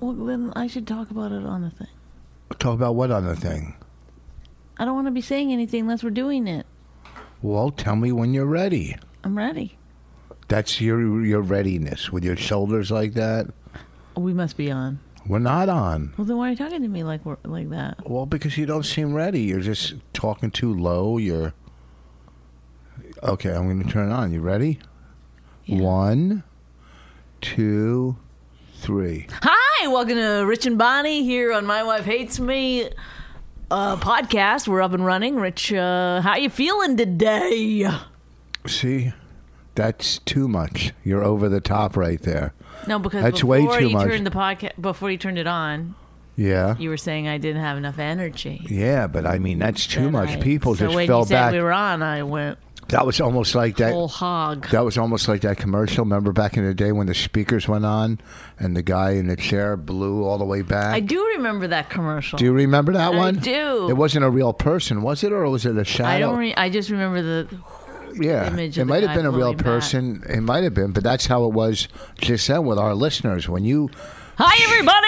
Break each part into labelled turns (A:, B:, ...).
A: Well, then I should talk about it on the thing.
B: Talk about what other thing?
A: I don't want to be saying anything unless we're doing it.
B: Well, tell me when you're ready.
A: I'm ready.
B: That's your your readiness with your shoulders like that.
A: We must be on.
B: We're not on.
A: Well, then why are you talking to me like we're, like that?
B: Well, because you don't seem ready. You're just talking too low. You're okay. I'm going to turn it on. You ready?
A: Yeah.
B: One, two, three.
A: Hi, welcome to Rich and Bonnie here on My Wife Hates Me uh, podcast. We're up and running. Rich, uh, how you feeling today?
B: See, that's too much. You're over the top right there.
A: No, because
B: That's
A: before
B: way too
A: you
B: much.
A: turned the podcast, before you turned it on,
B: Yeah.
A: you were saying I didn't have enough energy.
B: yeah, but I mean that's too
A: Then
B: much.
A: I-
B: People
A: so
B: just
A: when
B: fell
A: you said
B: back.
A: we were on, I went
B: that was almost like that.
A: whole hog.
B: That was almost like that commercial. Remember back in the day when the speakers went on and the guy in the chair blew all the way back?
A: I do remember that commercial.
B: Do you remember that
A: I
B: one?
A: do.
B: It wasn't a real person, was it, or was it a shadow?
A: I don't. Re- I just remember the.
B: yeah,
A: image
B: it
A: of the
B: might
A: guy
B: have been a real
A: blowing back.
B: person. It might have been, but that's how it was just then with our listeners. When you
A: Hi everybody!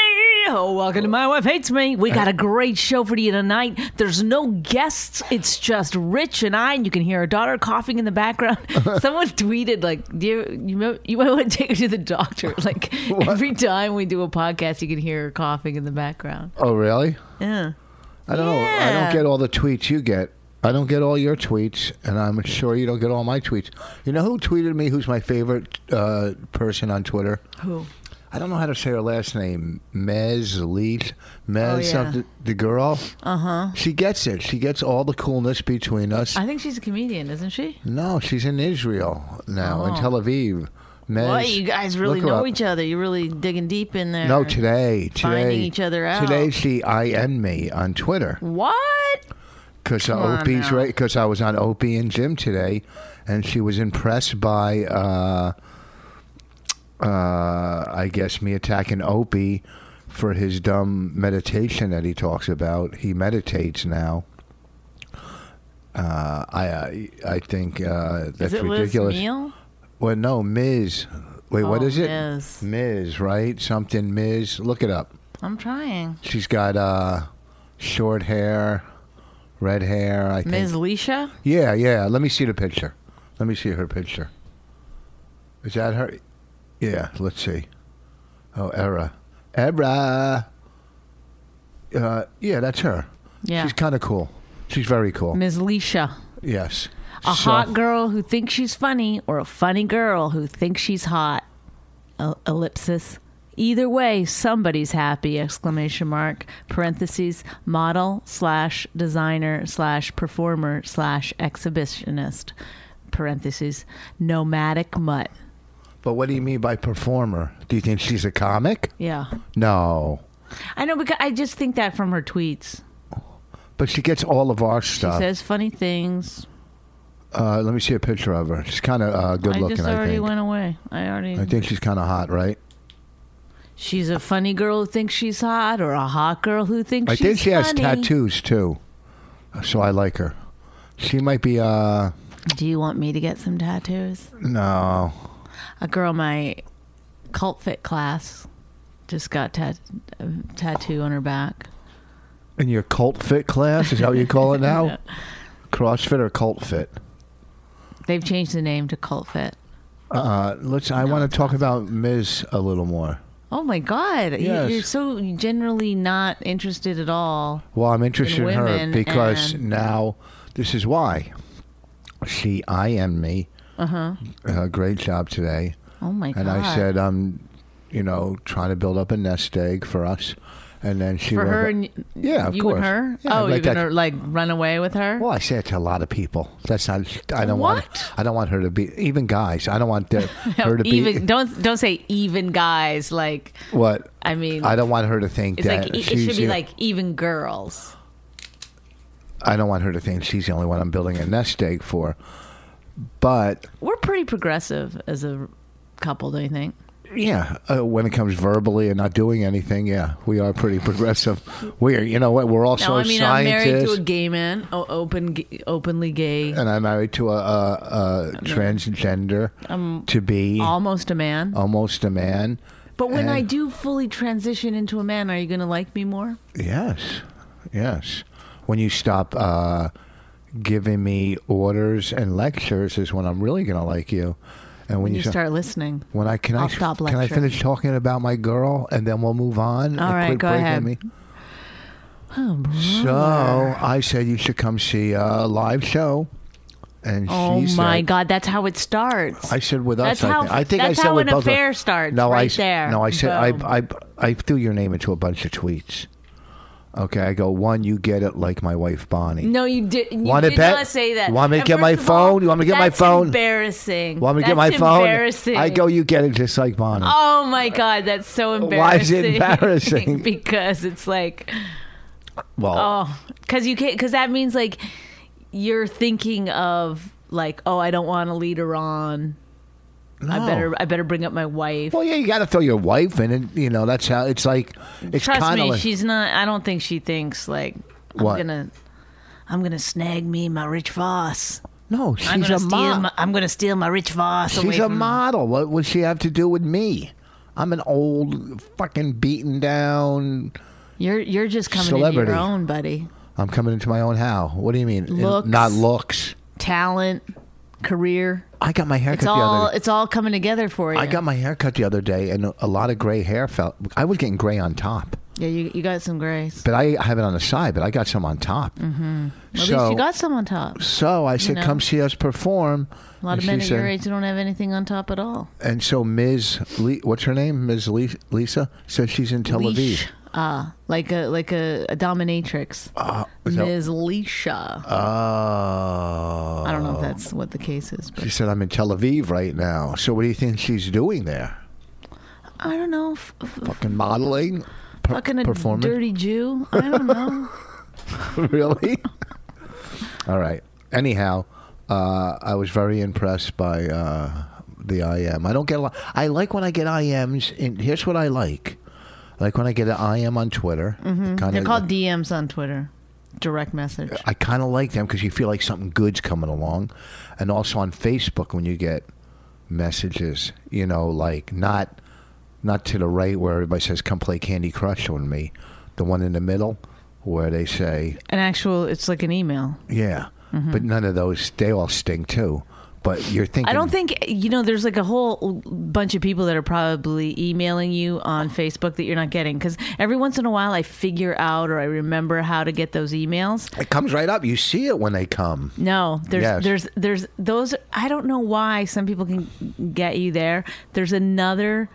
A: Oh, welcome to My Wife Hates Me. We got a great show for you tonight. There's no guests. It's just Rich and I, and you can hear our daughter coughing in the background. Someone tweeted like, "Do you you, mo- you might want to take her to the doctor?" Like every time we do a podcast, you can hear her coughing in the background.
B: oh really?
A: Yeah.
B: I don't know. I
A: Yeah.
B: don't get all the tweets you get. I don't get all your tweets, and I'm sure you don't get all my tweets. You know who tweeted me? Who's my favorite uh, person on Twitter?
A: Who?
B: I don't know how to say her last name. Mez Leet. Mez
A: Oh, yeah. Uh-huh.
B: something. The girl. Uh huh. She gets it. She gets all the coolness between us.
A: I think she's a comedian, isn't she?
B: no, she's in Israel now, in
A: Oh.
B: Tel Aviv. Mez.
A: Well, you guys really
B: look her
A: know
B: up.
A: each other. You're really digging deep in there.
B: No, today, today,
A: Finding each other out.
B: Today she IN me on Twitter
A: What?
B: because
A: on
B: Opie's
A: now.
B: right because I was on Opie and Jim today, and she was impressed by uh, uh, I guess me attacking Opie for his dumb meditation that he talks about. He meditates now. Uh, I I- I think uh, that's
A: Is it
B: ridiculous.
A: Liz Neal?
B: Well, no, Ms. Wait, what
A: Oh,
B: is it?
A: Ms.
B: Ms. Right? Something Ms. Look it up.
A: I'm trying.
B: She's got uh, short hair, red hair. I think.
A: Ms. Leisha?
B: Yeah, yeah. Let me see the picture. Let me see her picture. Is that her? Yeah. Let's see. Oh, Era. Era. Uh, yeah, that's her.
A: Yeah.
B: She's kind of cool. She's very cool.
A: Ms. Leisha.
B: yes.
A: A hot girl who thinks she's funny or a funny girl who thinks she's hot. E- ellipsis. Either way, somebody's happy! Exclamation mark. Parentheses. Model slash designer slash performer slash exhibitionist. Parentheses. Nomadic mutt.
B: But what do you mean by performer? Do you think she's a comic?
A: Yeah,
B: No.
A: I know because I just think that from her tweets.
B: But she gets all of our
A: She
B: stuff.
A: says funny things.
B: uh, let me see a picture of her. She's kind of uh, good
A: I
B: looking,
A: just
B: I
A: already
B: think.
A: went away. I already.
B: I think she's kind of hot, right?
A: She's a funny girl who thinks she's hot, or a hot girl who thinks
B: I
A: she's
B: think she has
A: funny.
B: tattoos too, so I like her. She might be. uh
A: Do you want me to get some tattoos?
B: No,
A: A girl in my cult fit class just got tat- a tattoo on her back.
B: in your cult fit class is that what you call it now? CrossFit or cult fit?
A: They've changed the name to cult fit.
B: Uh, let's. I want to talk about Ms. a little more.
A: Oh my god! You-
B: Yes.
A: You're so generally not interested at all.
B: Well, I'm interested in her
A: women
B: because
A: and-
B: now this is why. She IM'd me. Uh-huh. Great job today.
A: Oh my
B: And
A: god!
B: I said, I'm, you know, trying to build up a nest egg for us. And then she
A: for
B: wrote
A: her,
B: back-
A: and, y-
B: yeah, of
A: you
B: course.
A: and her.
B: Yeah,
A: oh,
B: like
A: you're
B: that-
A: gonna like run away with her?
B: Well, I say it to a lot of people. That's not. I don't
A: What?
B: want. I don't want her to be. Even guys, I don't want the,
A: No,
B: her to
A: even
B: be.
A: don't don't say even guys. Like
B: What?
A: I mean,
B: I don't want her to think
A: it's
B: that
A: like it
B: she's.
A: should be
B: the-
A: like even girls.
B: I don't want her to think she's the only one I'm building a nest egg for. But
A: We're pretty progressive as a couple, don't you think?
B: yeah, uh, when it comes verbally and not doing anything, yeah, we are pretty progressive. We are. You know what? We're also
A: No, I mean I'm
B: scientists. Uh,
A: married to a gay man, o- open, g- openly gay,
B: and I'm married to a, a, a transgender to be
A: almost a man.
B: almost a man.
A: But when
B: Oh, and-
A: I do fully transition into a man, are you going to like me more?
B: Yes, yes. When you stop uh, giving me orders and lectures is when I'm really going to like you. And when
A: You,
B: you, sta-
A: start listening.
B: when I can I
A: I'll
B: f-
A: stop
B: can I
A: lecturing.
B: finish talking about my girl and then we'll move on.
A: All
B: and
A: right,
B: quit
A: go
B: breaking
A: ahead. Oh,
B: Me. So I said you should come see a live show, and
A: Oh
B: she
A: my
B: said,
A: God, that's how it starts.
B: I said with
A: That's
B: us.
A: how-
B: I, think. I think I
A: that's
B: said
A: how
B: with
A: an
B: both of-
A: affair starts,
B: No, I
A: right
B: s-
A: there.
B: No, I said
A: Boom.
B: I, I I threw your name into a bunch of tweets. Okay, I go one. You get it, like my wife Bonnie.
A: no, you did. You
B: Wanna
A: did
B: bet?
A: not say that.
B: You want me to
A: And
B: get my
A: first of all,
B: phone? You want me to get my
A: that's
B: phone?
A: Embarrassing.
B: Want me to get my
A: That's
B: phone?
A: Embarrassing.
B: I go. You get it, just like Bonnie.
A: Oh my God, that's so embarrassing.
B: Why is it embarrassing?
A: because it's like,
B: well,
A: oh, because you can't. Because that means like you're thinking of like, oh, I don't want to lead her on. I
B: no.
A: better, I better bring up my wife.
B: Well, yeah, you got to throw your wife in, and you know that's how it's like. It's
A: Trust
B: kind
A: me,
B: of like,
A: she's not. I don't think she thinks like I'm
B: What?
A: gonna. I'm gonna snag me my rich Voss.
B: no,
A: I'm
B: she's
A: gonna
B: a
A: steal.
B: mom.
A: My, I'm gonna steal my rich Voss. away
B: She's a
A: from-
B: model. What would she have to do with me? I'm an old, fucking beaten down.
A: You're you're just coming into
B: Celebrity.
A: your own, buddy.
B: I'm coming into my own how. What do you mean? In-
A: Looks.
B: Not looks.
A: Talent, career.
B: I got my haircut
A: It's
B: the
A: all
B: other day.
A: it's all coming together for you.
B: I got my haircut the other day, and a lot of gray hair fell. I was getting gray on top,
A: yeah, you, you got some grace.
B: but I have it on the side. But I got some on top. Mm-hmm.
A: At
B: so,
A: least you got some on top.
B: so I said,
A: know.
B: "Come see us perform."
A: A lot of men at your age don't have anything on top at all.
B: And so Ms. Le- what's her name? Ms. Le- Lisa said she's in Tel
A: Leash.
B: Aviv.
A: Ah, like a like a, a dominatrix.
B: Uh, is that-
A: Ms. Leisha.
B: Oh.
A: I don't know if that's what the case is, but
B: She said, I'm in Tel Aviv right now. So what do you think she's doing there?
A: I don't know. F- f-
B: Fucking modeling? Per-
A: fucking a
B: performing?
A: dirty Jew. I don't know.
B: really? All right. Anyhow, uh, I was very impressed by uh, the IM. I don't get a lot. I like when I get IMs. And here's what I like. I like when I get an IM on Twitter. Kinda,
A: Mm-hmm. They're called DMs on Twitter, direct message.
B: I kind of like them because you feel like something good's coming along, and also on Facebook when you get messages, you know, like not not to the right where everybody says "Come play Candy Crush on me," the one in the middle where they say
A: An actual, it's like an email.
B: "Yeah," but none of those they all sting too. But you're thinking
A: Mm-hmm. I don't think you know. There's like a whole bunch of people that are probably emailing you on Facebook that you're not getting because every once in a while I figure out or I remember how to get those emails.
B: it comes right up. You see it when they come.
A: No, there's
B: Yes.
A: there's there's those. I don't know why some people can get you there. There's another.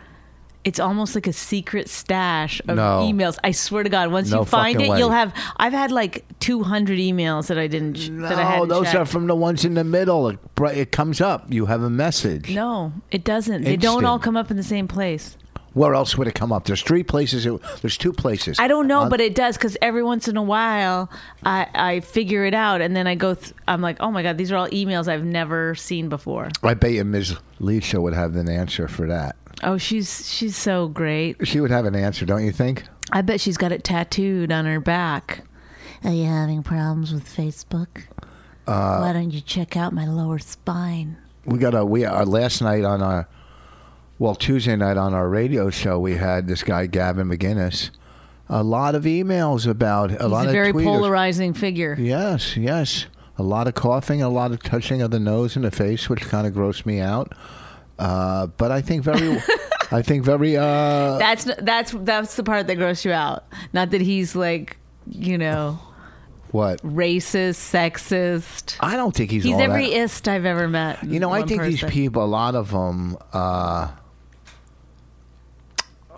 A: It's almost like a secret stash of
B: No.
A: emails. I swear to God, once
B: No
A: you find
B: fucking
A: it,
B: way.
A: you'll have. I've had like 200 emails that I didn't. ch- that I
B: No,
A: hadn't
B: Oh, those are
A: checked.
B: from the ones in the middle. It, bri- it comes up. You have a message.
A: No, it doesn't. They don't
B: Instant.
A: all come up in the same place.
B: Where else would it come up? There's three places. It, there's two places.
A: I don't know,
B: On-
A: but it does because every once in a while I, I figure it out, and then I go. Th- I'm like, oh my god, these are all emails I've never seen before.
B: I bet you Ms. Lisa would have an answer for that.
A: Oh, she's she's so great.
B: She would have an answer, don't you think?
A: I bet she's got it tattooed on her back.
C: Are you having problems with Facebook?
B: Uh,
C: Why don't you check out my lower spine?
B: We got a we our last night on our well Tuesday night on our radio show we had this guy Gavin McGinnis. A lot of emails about a
A: He's
B: lot
A: a very
B: of tweeters.
A: polarizing figure.
B: Yes, yes. A lot of coughing, a lot of touching of the nose and the face, which kind of grossed me out. Uh, but I think very, I think very. Uh,
A: That's that's that's the part that grosses you out. Not that he's like you know
B: What?
A: racist, sexist.
B: I don't think he's.
A: He's
B: all that-
A: every ist I've ever met. in
B: You know, I
A: one
B: think these
A: person.
B: people, a lot of them, uh,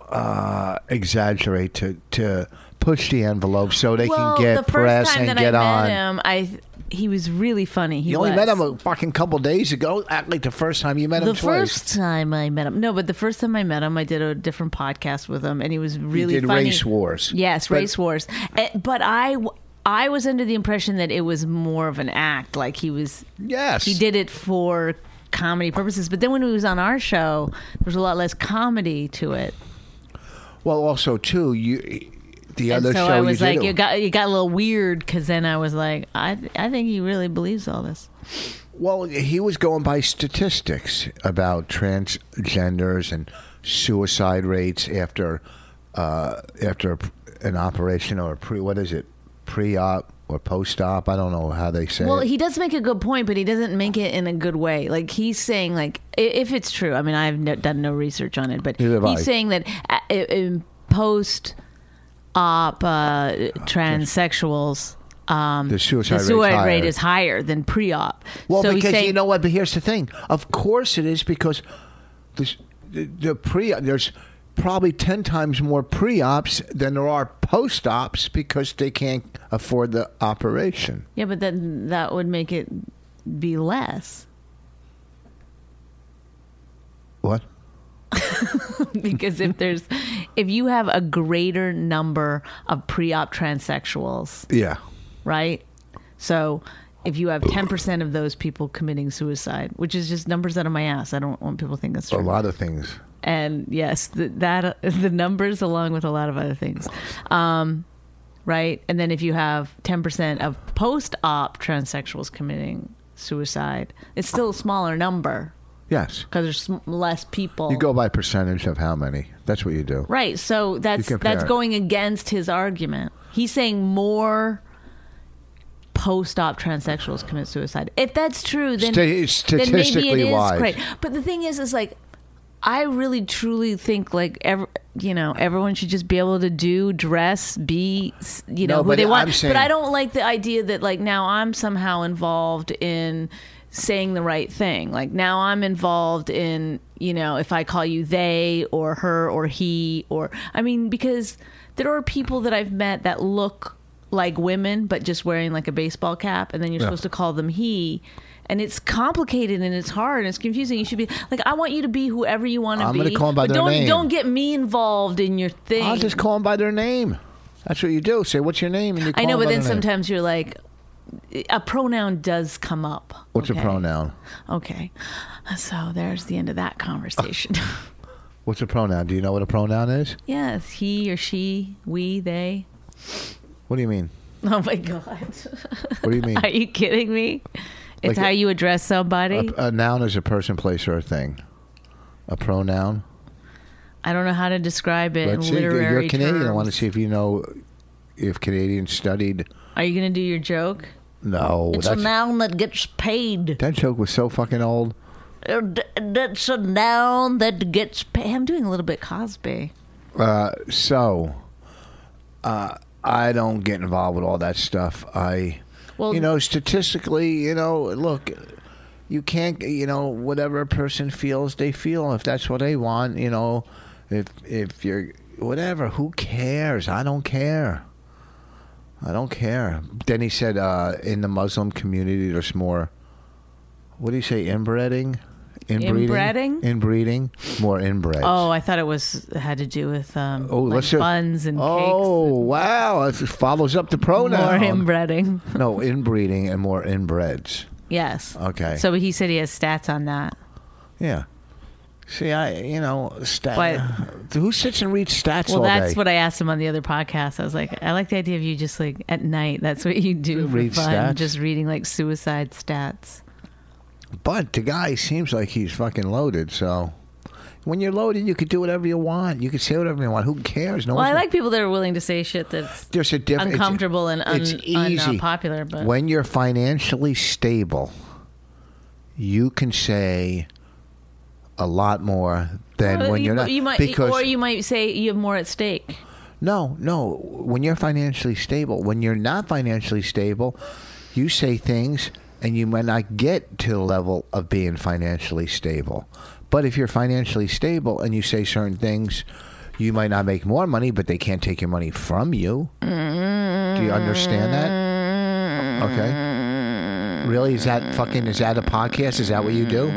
B: uh, exaggerate to to push the envelope so they
A: Well,
B: can get
A: the first
B: press
A: time
B: and
A: that
B: get
A: I
B: on.
A: met him, I he was really funny. He
B: you only
A: was.
B: met him a fucking couple days ago. Act like the first time you met him
A: the
B: twice.
A: first time I met him. No, but the first time I met him, I did a different podcast with him, and he was really
B: did
A: funny.
B: Race Wars.
A: Yes,
B: But-
A: race wars. Eh, But I, w- I was under the impression that it was more of an act, like he was
B: Yes,
A: he did it for comedy purposes. But then when he was on our show, there was a lot less comedy to it.
B: Well, also too, you the
A: And
B: other
A: so
B: show
A: I was
B: you did
A: like,
B: it-
A: you got you got a little weird because then I was like, I I think he really believes all this.
B: Well, he was going by statistics about transgenders and suicide rates after uh, after an operation or a pre what is it pre op or post op? I don't know how they say.
A: Well,
B: it.
A: he does make a good point, but he doesn't make it in a good way. Like he's saying, like i- if it's true, I mean, I've no, done no research on it, but
B: Neither have I.
A: he's saying that uh, i- in post op uh, transsexuals, um,
B: The suicide rate's
A: rate
B: higher.
A: is higher than pre op.
B: Well,
A: so he's
B: because
A: saying,
B: you know what? But here's the thing. Of course, it is because this, the, the pre there's probably ten times more pre ops than there are post ops because they can't afford the operation.
A: yeah, but then that would make it be less
B: What?
A: because if there's if you have a greater number of pre op transsexuals.
B: Yeah.
A: right? So if you have 10% of those people committing suicide, which is just numbers out of my ass, I don't want people to think that's
B: A
A: true.
B: lot of things.
A: And yes, th- that the numbers along with a lot of other things. Um, right? And then if you have 10% of post-op transsexuals committing suicide, it's still a smaller number
B: Yes.
A: because there's sm- less people.
B: You go by percentage of how many. That's what you do.
A: Right. So that's
B: compare
A: that's
B: it.
A: going against his argument. He's saying more post-op transsexuals commit suicide. If that's true, then,
B: Sta-
A: then maybe it
B: statistically
A: is
B: wise.
A: great. But the thing is, is like I really truly think like every, you know everyone should just be able to do dress be s- you
B: No,
A: know who
B: but
A: they want.
B: I'm saying-
A: but I don't like the idea that like now I'm somehow involved in saying the right thing. Like now I'm involved in you know if I call you they or her or he or I mean because there are people that I've met that look like women but just wearing like a baseball cap and then you're
B: Yeah.
A: supposed to call them he and it's complicated and it's hard and it's confusing. You should be like, I want you to be whoever you want to be.
B: I'm gonna call 'em by
A: but
B: their
A: don't,
B: name.
A: Don't get me involved in your thing.
B: I'll just call them by their name. That's what you do. Say, what's your name? And you call
A: I know,
B: 'em
A: but
B: by
A: then
B: their name.
A: sometimes you're like, a pronoun does come up.
B: What's
A: okay?
B: a pronoun?
A: Okay, so there's the end of that conversation.
B: What's a pronoun? Do you know what a pronoun is?
A: yes, he or she, we, they.
B: What do you mean?
A: Oh my god,
B: What do you mean?
A: are you kidding me?
B: Like
A: It's
B: a-
A: how you address somebody.
B: a, a noun is a person, place, or a thing. A pronoun.
A: I don't know how to describe it
B: Let's
A: in
B: see. You're
A: literary
B: Canadian. I want to
A: terms.
B: see if you know if Canadians studied.
A: Are you going to do your joke?
B: No,
C: It's
B: that's,
C: a noun that gets paid.
B: that joke was so fucking old.
A: Er,
C: Uh, d- That's a noun that gets
A: Hey, I'm doing a little bit Cosby.
B: So, uh, I don't get involved with all that stuff. I,
A: Well-
B: you know, statistically, you know, look, you can't, you know, whatever a person feels, they feel. If that's what they want, you know, if if you're whatever, who cares? I don't care. I don't care. Then he said, uh, in the Muslim community, there's more. What do you say? Inbreeding, inbreeding,
A: Inbreeding?
B: inbreeding, more inbred.
A: Oh, I thought it was had to do with um,
B: Oh,
A: like
B: let's hear-
A: buns and
B: Oh, wow! It follows up the
A: cakes. More
B: pronoun.
A: inbreeding.
B: no, inbreeding and more inbreds.
A: Yes.
B: Okay.
A: So he said he has stats on that.
B: Yeah. See, I you know
A: But-
B: stats. Who sits and reads stats
A: Well,
B: all
A: that's
B: day?
A: what I asked him on the other podcast. I was like, I like the idea of you just like at night. That's what you do for
B: Read
A: fun,
B: stats.
A: just reading like suicide stats.
B: but the guy seems like he's fucking loaded. So when you're loaded, you can do whatever you want. You can say whatever you want. Who cares? No
A: Well, I
B: one's-
A: like people that are willing to say shit that's
B: There's a difference.
A: uncomfortable and un, unpopular. But
B: when you're financially stable, you can say a lot more than
A: Well,
B: when
A: you,
B: you're not.
A: you might,
B: because
A: or you might say you have more at stake.
B: No, no. When you're financially stable, when you're not financially stable, you say things and you might not get to the level of being financially stable. But if you're financially stable and you say certain things, you might not make more money, but they can't take your money from you. Do you understand that? Okay. Really? Is that fucking, is that a podcast? Is that what you do?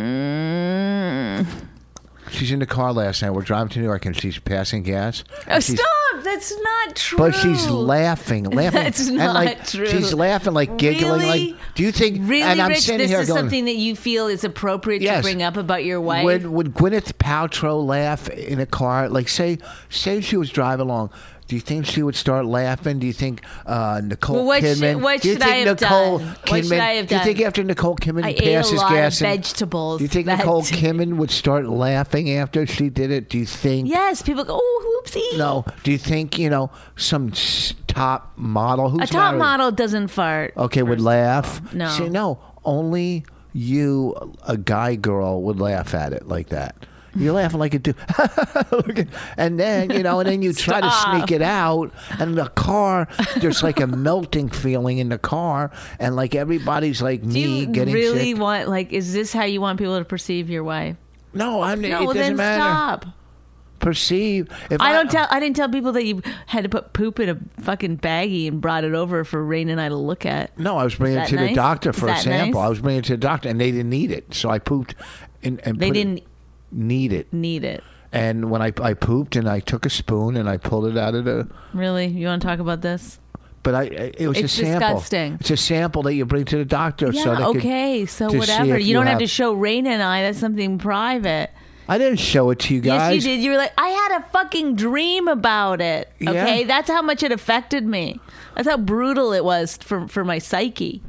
B: She's in the car last night. We're driving to New York and she's passing gas.
A: Oh,
B: And she's-
A: stop! That's not true.
B: But she's laughing, laughing.
A: That's
B: and
A: not
B: like,
A: true.
B: She's laughing, like giggling.
A: Really?
B: Like, do you think?
A: Really,
B: and I'm
A: Rich,
B: sitting
A: this
B: here
A: is
B: going,
A: something that you feel is appropriate
B: Yes.
A: to bring up about your wife.
B: Would would Gwyneth Paltrow laugh in a car? Like say say she was driving along. Do you think she would start laughing? Do you think uh, Nicole
A: Well, what should-
B: Kidman?
A: what
B: do you
A: should
B: think
A: I have
B: Nicole
A: done?
B: Kidman?
A: What should I have
B: Do you think
A: done?
B: after Nicole Kidman
A: I ate a
B: passes
A: lot of
B: gas, and-
A: vegetables
B: Do you think
A: that
B: Nicole
A: day.
B: Kidman would start laughing after she did it? Do you think?
A: yes, people go, oh, oopsie.
B: No. Do you think you know some s- top model who's
A: a top
B: not
A: model doesn't fart.
B: okay would laugh
A: No.
B: see no only you a guy girl would laugh at it like that you're laughing like a dude Look at- and then you know and then you try to sneak it out and the car there's like a melting feeling in the car and like everybody's like
A: Do
B: me
A: you
B: getting
A: really
B: sick.
A: want like? Is this how you want people to perceive your wife?
B: no i'm
A: No,
B: it
A: well, then
B: doesn't matter
A: stop.
B: perceive if
A: I don't tell. I didn't tell people that you had to put poop in a fucking baggie and brought it over for Rain and I to look at.
B: No, I was bringing it
A: that
B: to the
A: nice?
B: doctor
A: Is
B: for a
A: that
B: sample.
A: nice?
B: I was bringing it to the doctor, and they didn't need it, so I pooped. And, and
A: They
B: put it-
A: didn't
B: need it.
A: need it.
B: and when I, I pooped and I took a spoon and I pulled it out of the
A: Really, you want to talk about this?
B: but I it was
A: It's
B: a sample.
A: disgusting.
B: It's a sample that you bring to the doctor.
A: Yeah.
B: so they could-
A: okay. so
B: to see
A: whatever.
B: if
A: You,
B: you
A: don't have,
B: have-
A: to show Rain and I. That's something private.
B: I didn't show it to you guys.
A: Yes, you did. You were like, I had a fucking dream about it.
B: Yeah.
A: Okay, that's how much it affected me. That's how brutal it was for for my psyche.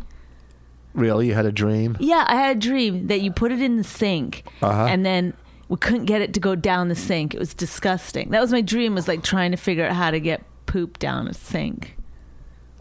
B: Really, you had a dream.
A: Yeah, I had a dream that you put it in the sink,
B: Uh-huh.
A: and then we couldn't get it to go down the sink. It was disgusting. That was my dream. Was like trying to figure out how to get poop down a sink.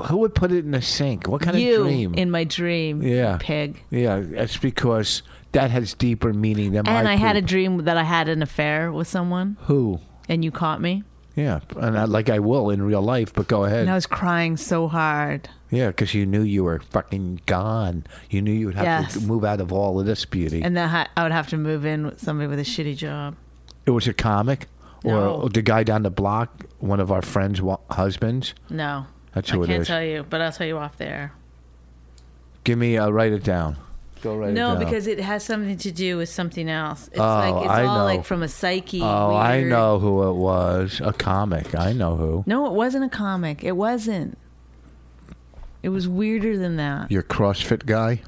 B: Who would put it in a sink? What kind
A: you
B: of dream?
A: in my dream, you
B: Yeah.
A: pig.
B: yeah, that's because that has deeper meaning than
A: And
B: my
A: I had a
B: poop.
A: dream that I had an affair with someone,
B: who.
A: and you caught me.
B: Yeah, and I, like I will in real life, but go ahead.
A: And I
B: Yeah, 'cause
A: was crying so hard.
B: yeah, because you knew you were fucking gone. You knew you would have to
A: Yes.
B: move out of all of this beauty.
A: And then I- I would have to move in with somebody with a shitty job.
B: It was a comic,
A: No.
B: or the guy down the block, one of our friends' wa- husbands.
A: No,
B: That's
A: I
B: who it
A: can't
B: is.
A: tell you, but I'll tell you off there.
B: Give me, uh, write it down. Go write
A: No,
B: it down.
A: because it has something to do with something else. It's
B: Oh,
A: like it's
B: I
A: all
B: know.
A: like from a psyche.
B: oh, I
A: weird-
B: know who it was. A comic. I know who.
A: No, it wasn't a comic. It wasn't. It was weirder than that.
B: Your CrossFit guy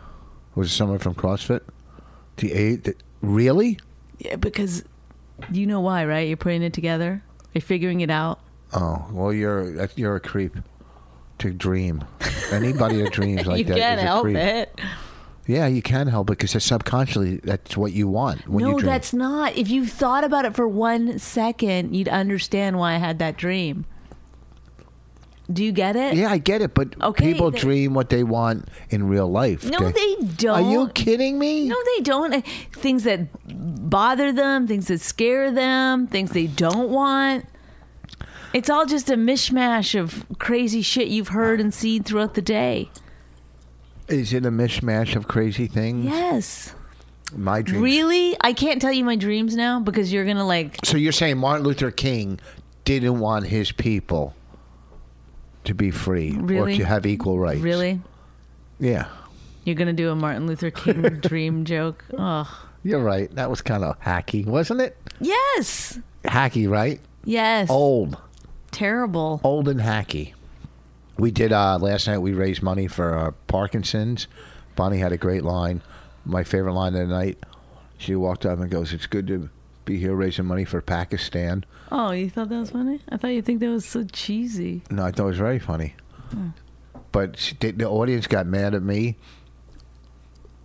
B: was it someone from CrossFit. The eight. The, really?
A: Yeah, because you know why, right? You're putting it together. You're figuring it out.
B: Oh, well, you're that- you're a creep. To dream. Anybody that dreams like
A: you
B: that
A: can't
B: is a
A: help
B: creep.
A: it.
B: Yeah, you can help it because subconsciously that's what you want when you
A: no,
B: dream.
A: that's not. If you thought about it for one second, you'd understand why I had that dream. Do you get it?
B: Yeah, I get it, but
A: Okay,
B: people
A: they-
B: dream what they want in real life.
A: No, they
B: Are you
A: don't.
B: kidding me?
A: No, they don't. Uh, Things that bother them, things that scare them, things they don't want. It's all just a mishmash of crazy shit you've heard and seen throughout the day.
B: Is it a mishmash of crazy things?
A: Yes.
B: My dream.
A: Really? I can't tell you my dreams now because you're going to like.
B: So you're saying Martin Luther King didn't want his people to be free
A: Really?
B: or to have equal rights?
A: Really?
B: Yeah.
A: You're going to do a Martin Luther King dream joke? Ugh.
B: You're right. That was kind of hacky, wasn't it?
A: Yes.
B: Hacky, right?
A: Yes.
B: Old.
A: Terrible.
B: old and hacky. We did uh, last night. We raised money for uh, Parkinson's. Bonnie had a great line. My favorite line of the night. She walked up and goes, "It's good to be here raising money for Pakistan."
A: Oh, you thought that was funny? I thought you think that was so cheesy.
B: No, I thought it was very funny. But she, the, the audience got mad at me.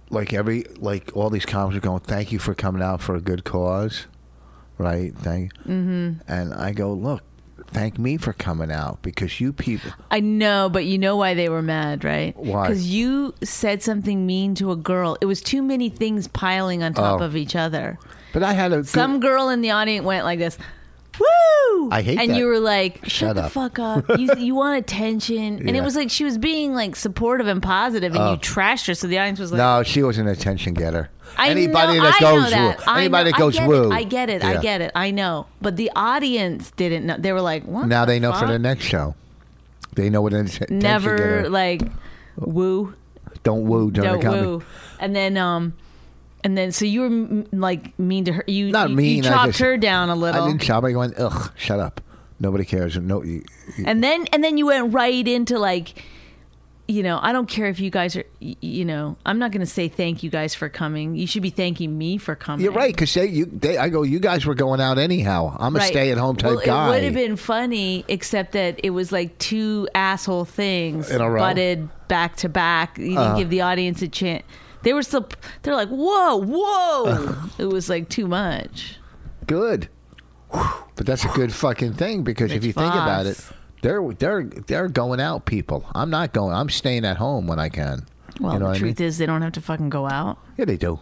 B: Like every like all these comics are going, "Thank you for coming out for a good cause," right? Thank. Mm-hmm. And I go, "Look, thank me for coming out because you people."
A: I know, but you know why they were mad, right?
B: Why?
A: Because you said something mean to a girl. It was too many things piling on top
B: Oh.
A: of each other.
B: But I had a good-
A: Some girl in the audience went like this, "Woo!"
B: Woo! I hate
A: and
B: that.
A: you were like, shut,
B: Shut
A: the
B: up.
A: fuck up. You, you want attention. And
B: Yeah. Oh.
A: it was like she was being like supportive and positive, and you trashed her. So the audience was like,
B: no, she was an attention getter.
A: I
B: anybody
A: know,
B: that
A: I
B: goes
A: know that.
B: woo,
A: I
B: anybody
A: know,
B: that goes
A: I get
B: woo.
A: It, I get it. I
B: Yeah.
A: get it. I know. But the audience didn't know. They were like, what?
B: Now
A: the
B: they know for
A: fuck?
B: the next show. They know what an attention
A: Never
B: getter.
A: like woo,
B: don't woo during
A: don't
B: the comedy.
A: woo. And then, um, and then, so you were m- like mean to her. You,
B: Not
A: you,
B: mean.
A: you
B: I
A: chopped
B: just-
A: her down a
B: I
A: little.
B: didn't shop. I went, ugh, shut up. Nobody cares. No, you, you-
A: and then and then you went right into like you know i don't care if you guys are y- you know i'm not going to say thank you guys for coming you should be thanking me for coming
B: you're right. Because they, you, they, I go, you guys were going out anyhow. I'm a
A: Right.
B: stay-at-home type
A: well,
B: guy.
A: it would have been funny except that it was like two asshole things
B: In a row. Uh-huh.
A: butted back to back you didn't give the audience a chance they were still they're like whoa whoa it was like too much
B: good. But that's a good fucking thing because if
A: It's
B: you think about it,
A: Fox.
B: they're they're they're going out people. I'm not going. I'm staying at home when I can.
A: well
B: you know
A: the
B: what
A: truth
B: I mean?
A: is they don't have to fucking go out
B: yeah, they do.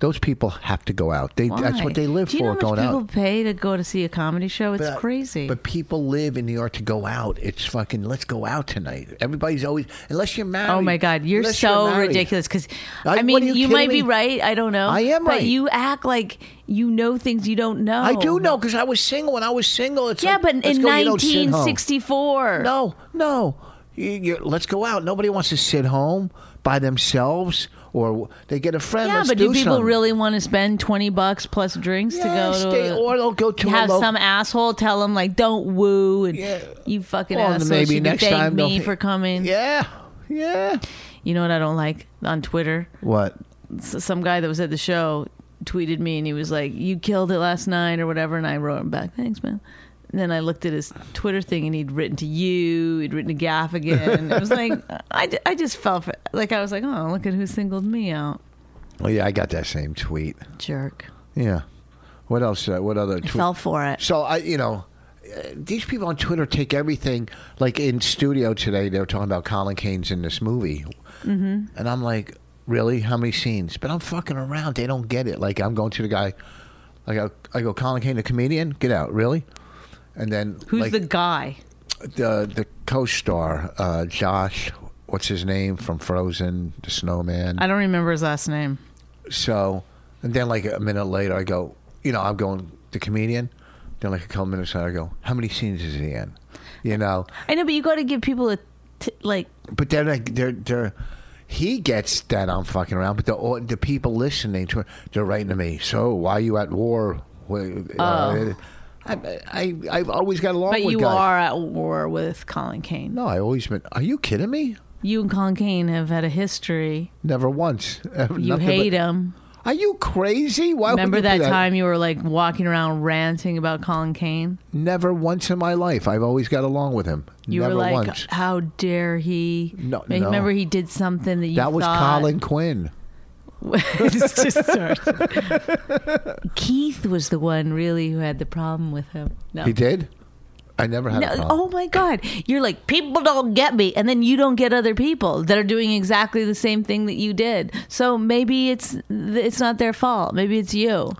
B: Those people have to go out. They that's
A: Why?
B: what they live
A: Do you
B: for.
A: know how much
B: going
A: people
B: out.
A: pay to go to see a comedy show it's
B: But-
A: crazy
B: But people live in New York to go out. It's fucking let's go out tonight. Everybody's always unless you're married.
A: Oh my God, you're
B: unless
A: so
B: married.
A: ridiculous. Because
B: I-
A: I,
B: what
A: mean,
B: are
A: you,
B: you kidding
A: might be
B: me?
A: right. I don't know.
B: I am
A: but
B: right.
A: You act like you know things you don't know.
B: I do know because I was single. When I was single, it's
A: Yeah,
B: like,
A: but
B: let's
A: in
B: go, you don't sit home.
A: 1964,
B: No, no. You, you, let's go out. Nobody wants to sit home by themselves, or they get a friend.
A: yeah,
B: let's
A: but
B: do,
A: do people
B: something.
A: really want to spend 20 bucks plus drinks
B: Yes,
A: to go to?
B: they-
A: a-
B: or they'll go to a
A: have
B: local-
A: some asshole tell them like, "Don't woo," and
B: Yeah.
A: you fucking
B: Well,
A: asshole
B: maybe
A: should
B: next
A: thank
B: time they'll
A: me
B: thi-
A: for coming.
B: Yeah, yeah.
A: You know what I don't like on Twitter?
B: What?
A: s- some guy that was at the show tweeted me and he was like, "You killed it last night" or whatever, and I wrote him back, "Thanks, man." And then I looked at his Twitter thing and he'd written to you, he'd written to Gaffigan. It was like I, ju- I just felt for, like I was like, "Oh, look at who singled me out,
B: Oh yeah, I got that same tweet.
A: jerk."
B: Yeah. What else? Uh, what other?
A: I
B: tweet?
A: fell for it.
B: So I, you know, uh, these people on Twitter take everything. Like in studio today, they were talking about Colin Kane's in this movie, mm-hmm. and I'm like, really? How many scenes? But I'm fucking around. They don't get it. Like I'm going to the guy. I go, I go, Colin Kane, the comedian. Get out, really? And then
A: Who's
B: like,
A: the guy?
B: the the co-star uh, Josh? What's his name from Frozen? The Snowman.
A: I don't remember his last name.
B: So, and then like a minute later, I go, you know, I'm going the comedian. Then like a couple minutes later, I go, how many scenes is he in? You know,
A: I know, but you got to give people a t- like.
B: but they're like they're they're. He gets that I'm fucking around, but the au- the people listening to it, they're writing to me. So why are you at war? Wh- Uh, I, I I've always got along
A: Oh. But
B: with
A: you
B: guys.
A: are at war with Colin Kane.
B: No, I always been. Are you kidding me?
A: You and Colin Kane have had a history.
B: Never once.
A: You hate him.
B: Are you crazy? Why would
A: Remember
B: you do
A: that time you were like walking around ranting about Colin Kane?
B: Never once in my life. I've always got along with him.
A: You
B: Never
A: were like,
B: once.
A: "How dare he?"
B: No,
A: I
B: no.
A: remember he did something that you
B: That was
A: thought-
B: Colin Quinn.
A: It's just start. Keith was the one really who had the problem with him. No.
B: He did. I never had. a
A: No,
B: problem.
A: oh my God! You're like people don't get me, and then you don't get other people that are doing exactly the same thing that you did. So maybe it's it's not their fault. Maybe it's you.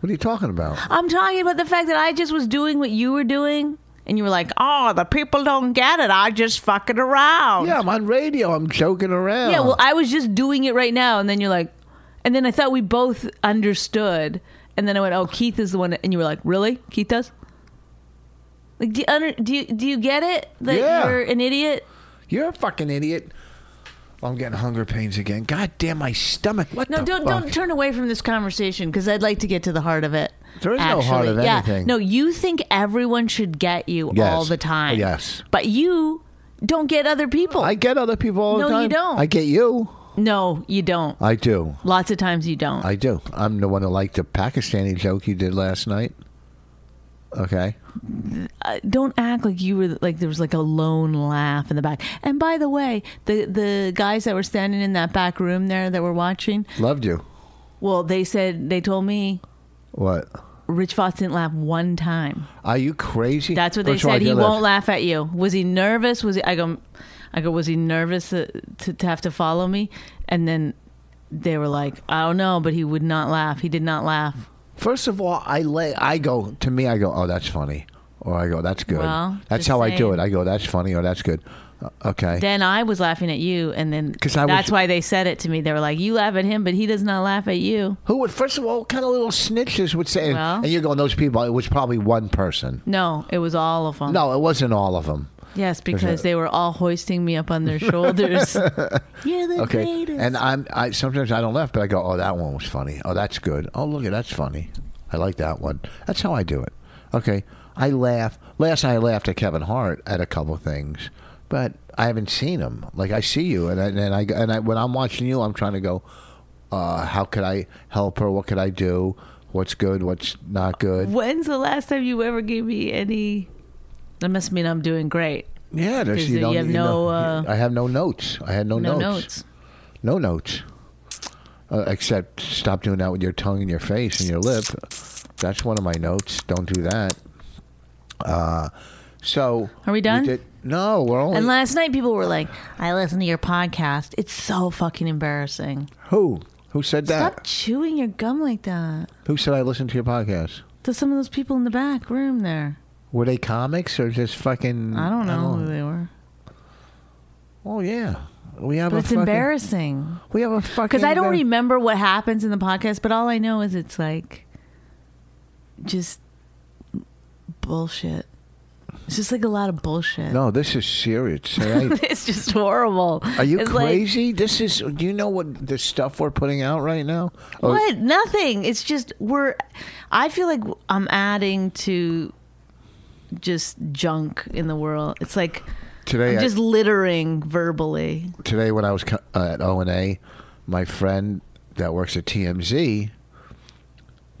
B: What are you talking about?
A: I'm talking about the fact that I just was doing what you were doing, and you were like, "Oh, the people don't get it. I just fucking around."
B: Yeah, I'm on radio. I'm joking around.
A: Yeah, Well, I was just doing it right now, and then you're like, and then I thought we both understood, and then I went, "Oh, Keith is the one," and you were like, "Really? Keith does?" Like, do you under, do you do you get it that
B: Yeah.
A: you're an idiot?
B: you're a fucking idiot. I'm getting hunger pains again. God damn my stomach. What?
A: No,
B: the
A: don't
B: fuck?
A: don't turn away from this conversation because I'd like to get to the heart of it.
B: There is no heart
A: actually.
B: of
A: yeah.
B: anything.
A: No, you think everyone should get you
B: Yes.
A: all the time.
B: Yes.
A: But you don't get other people.
B: I get other people all the
A: No,
B: time.
A: you don't.
B: I get you.
A: no, you don't.
B: I do.
A: Lots of times you don't.
B: I do. I'm the one who liked the Pakistani joke you did last night. Okay.
A: I- don't act like you were like there was like a lone laugh in the back. And by the way, the the guys that were standing in that back room there that were watching,
B: Loved you.
A: well, they said they told me
B: What?
A: Rich Fox didn't laugh one time.
B: Are you crazy?
A: That's what they
B: First of all, I
A: said. He
B: did
A: won't
B: laugh.
A: laugh at you. Was he nervous? Was he? I go, I go. Was he nervous uh, to, to have to follow me? And then they were like, I don't know, but he would not laugh. He did not laugh.
B: First of all, I lay. I go to me. I go. Oh, that's funny. Or I go, that's good.
A: Well,
B: that's
A: just
B: how I do
A: saying.
B: it. I go, that's funny or that's good. Uh, okay.
A: Then I was laughing at you, and then
B: 'Cause I was-
A: that's why they said it to me. They were like, "You laugh at him, but he does not laugh at you."
B: Who would, first of all, what kind of little snitches would say,
A: Well-
B: and you're going, those people, it was probably one person.
A: No, it was all of them.
B: No, it wasn't all of them.
A: Yes, because they were all hoisting me up on their shoulders.
C: You're the
B: Okay.
C: greatest.
B: And I'm, I sometimes I don't laugh, but I go, oh, that one was funny. Oh, that's good. Oh, look at that's funny. I like that one. That's how I do it. Okay. I laugh. Last night I laughed at Kevin Hart at a couple things, but I haven't seen him. Like I see you, and I, and I and I when I'm watching you, I'm trying to go, uh, how could I help her? What could I do? What's good? What's not good?
A: When's the last time you ever gave me any? That must mean I'm doing great.
B: Yeah, there's,
A: 'Cause
B: you,
A: you
B: don't-
A: have
B: you
A: no,
B: know-
A: uh,
B: I have no notes. I had no,
A: No
B: notes.
A: notes.
B: No notes. Uh, except stop doing that with your tongue and your face and your lip. That's one of my notes. Don't do that. Uh, so
A: Are we done?
B: you did- no, we're only
A: And last night people were like, "I listened to your podcast. It's so fucking embarrassing.
B: who who said that?
A: Stop chewing your gum like that."
B: Who said I listened to your podcast?
A: To some of those people in the back room there.
B: Were they comics or just fucking?
A: I don't know who they were,
B: Oh yeah, we have
A: but
B: a
A: it's
B: fucking,
A: embarrassing.
B: We have a fucking
A: because I don't
B: embar-
A: remember what happens in the podcast, but all I know is it's like just bullshit. It's just like a lot of bullshit.
B: No, this is serious. Right?
A: it's just horrible.
B: Are you
A: It's like,
B: crazy? this is. Do you know what the stuff we're putting out right now? Or-
A: what? Nothing. It's just we're. I feel like I'm adding to just junk in the world. It's like
B: today?
A: I'm
B: I-
A: just littering verbally.
B: today when I was co- uh, at O and A, my friend that works at TMZ,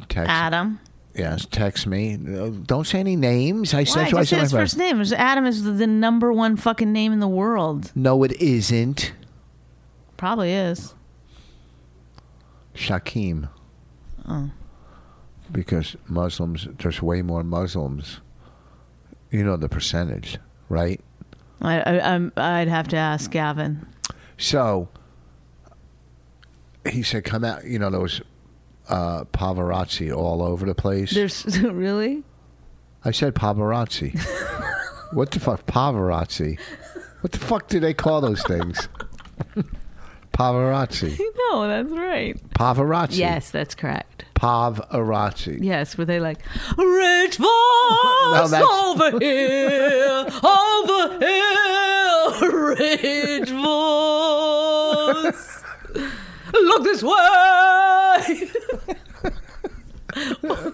B: text,
A: Adam.
B: yes, text me. "Uh, Don't say any names. I
A: Why? I
B: said, I
A: just said
B: said my
A: his
B: friend.
A: first name. It was- Adam is the number one fucking name in the world.
B: No, it isn't.
A: Probably is.
B: Shakim.
A: Oh.
B: Because Muslims, there's way more Muslims. You know the percentage, right?
A: I, I, I'm, I'd have to ask Gavin.
B: So he said, "Come out." You know those uh, paparazzi all over the place.
A: There's really
B: I said paparazzi. what the fuck, paparazzi? What the fuck do they call those things? paparazzi,
A: no. That's right.
B: paparazzi.
A: Yes, that's correct.
B: paparazzi.
A: Yes, were they like rich voice
B: that's-
A: over here, over here, rich voice? Look this way. oh Oh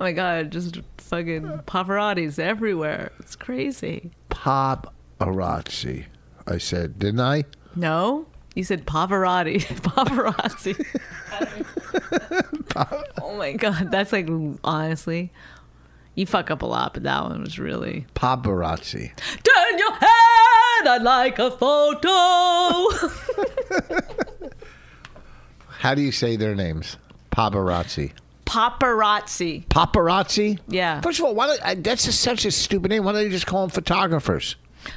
A: my god! Just fucking paparazzi's everywhere. It's crazy.
B: Paparazzi. I said, didn't I?
A: No, you said Pavarotti. Pavarotti. oh my god, that's like honestly, you fuck up a lot, but that one was really.
B: Paparazzi.
A: Turn your head. I'd like a photo.
B: How do you say their names? Paparazzi.
A: Paparazzi.
B: Paparazzi.
A: Yeah.
B: First of all, why? Don't, I- that's just such a stupid name. Why don't you just call them photographers?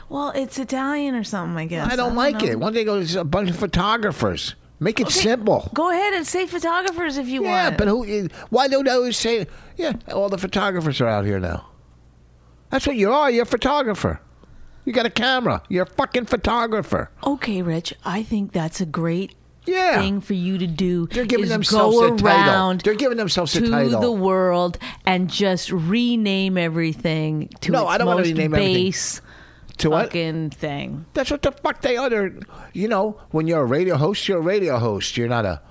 A: Well, it's Italian or something, I guess.
B: I don't like
A: know.
B: it. Why don't they go? It's a bunch of photographers. Make it
A: Okay,
B: simple.
A: Go ahead and say photographers if you
B: Yeah,
A: want.
B: but who? Why don't I always say? Yeah, all the photographers are out here now. That's what you are. You're a photographer. You got a camera. You're a fucking photographer.
A: okay, Rich, I think that's a great
B: Yeah.
A: thing for you to do.
B: They're giving
A: is
B: themselves
A: go
B: a title.
A: around
B: They're giving themselves a
A: to
B: title.
A: the world and just rename everything to
B: No,
A: its
B: I don't
A: most
B: wanna rename everything.
A: base
B: to what?
A: fucking thing.
B: That's what the fuck they are. They're, you know, when you're a radio host, you're a radio host. You're not a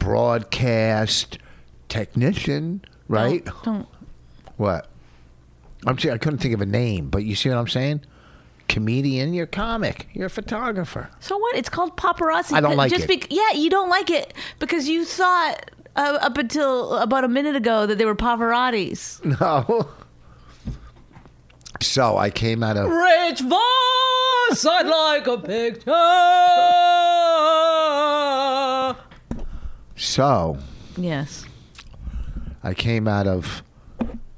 B: broadcast technician, right?
A: Don't
B: What? I'm saying I couldn't think of a name, but you see what I'm saying? Comedian, you're a comic, you're a photographer.
A: So what? It's called paparazzi.
B: I don't
A: Th-
B: like
A: just
B: it.
A: Be- yeah, you don't like it because you thought uh, up until about a minute ago that they were Pavarotti's.
B: Mm. No. So I came out of
A: Rich Voss, I'd like a picture.
B: so
A: Yes.
B: I came out of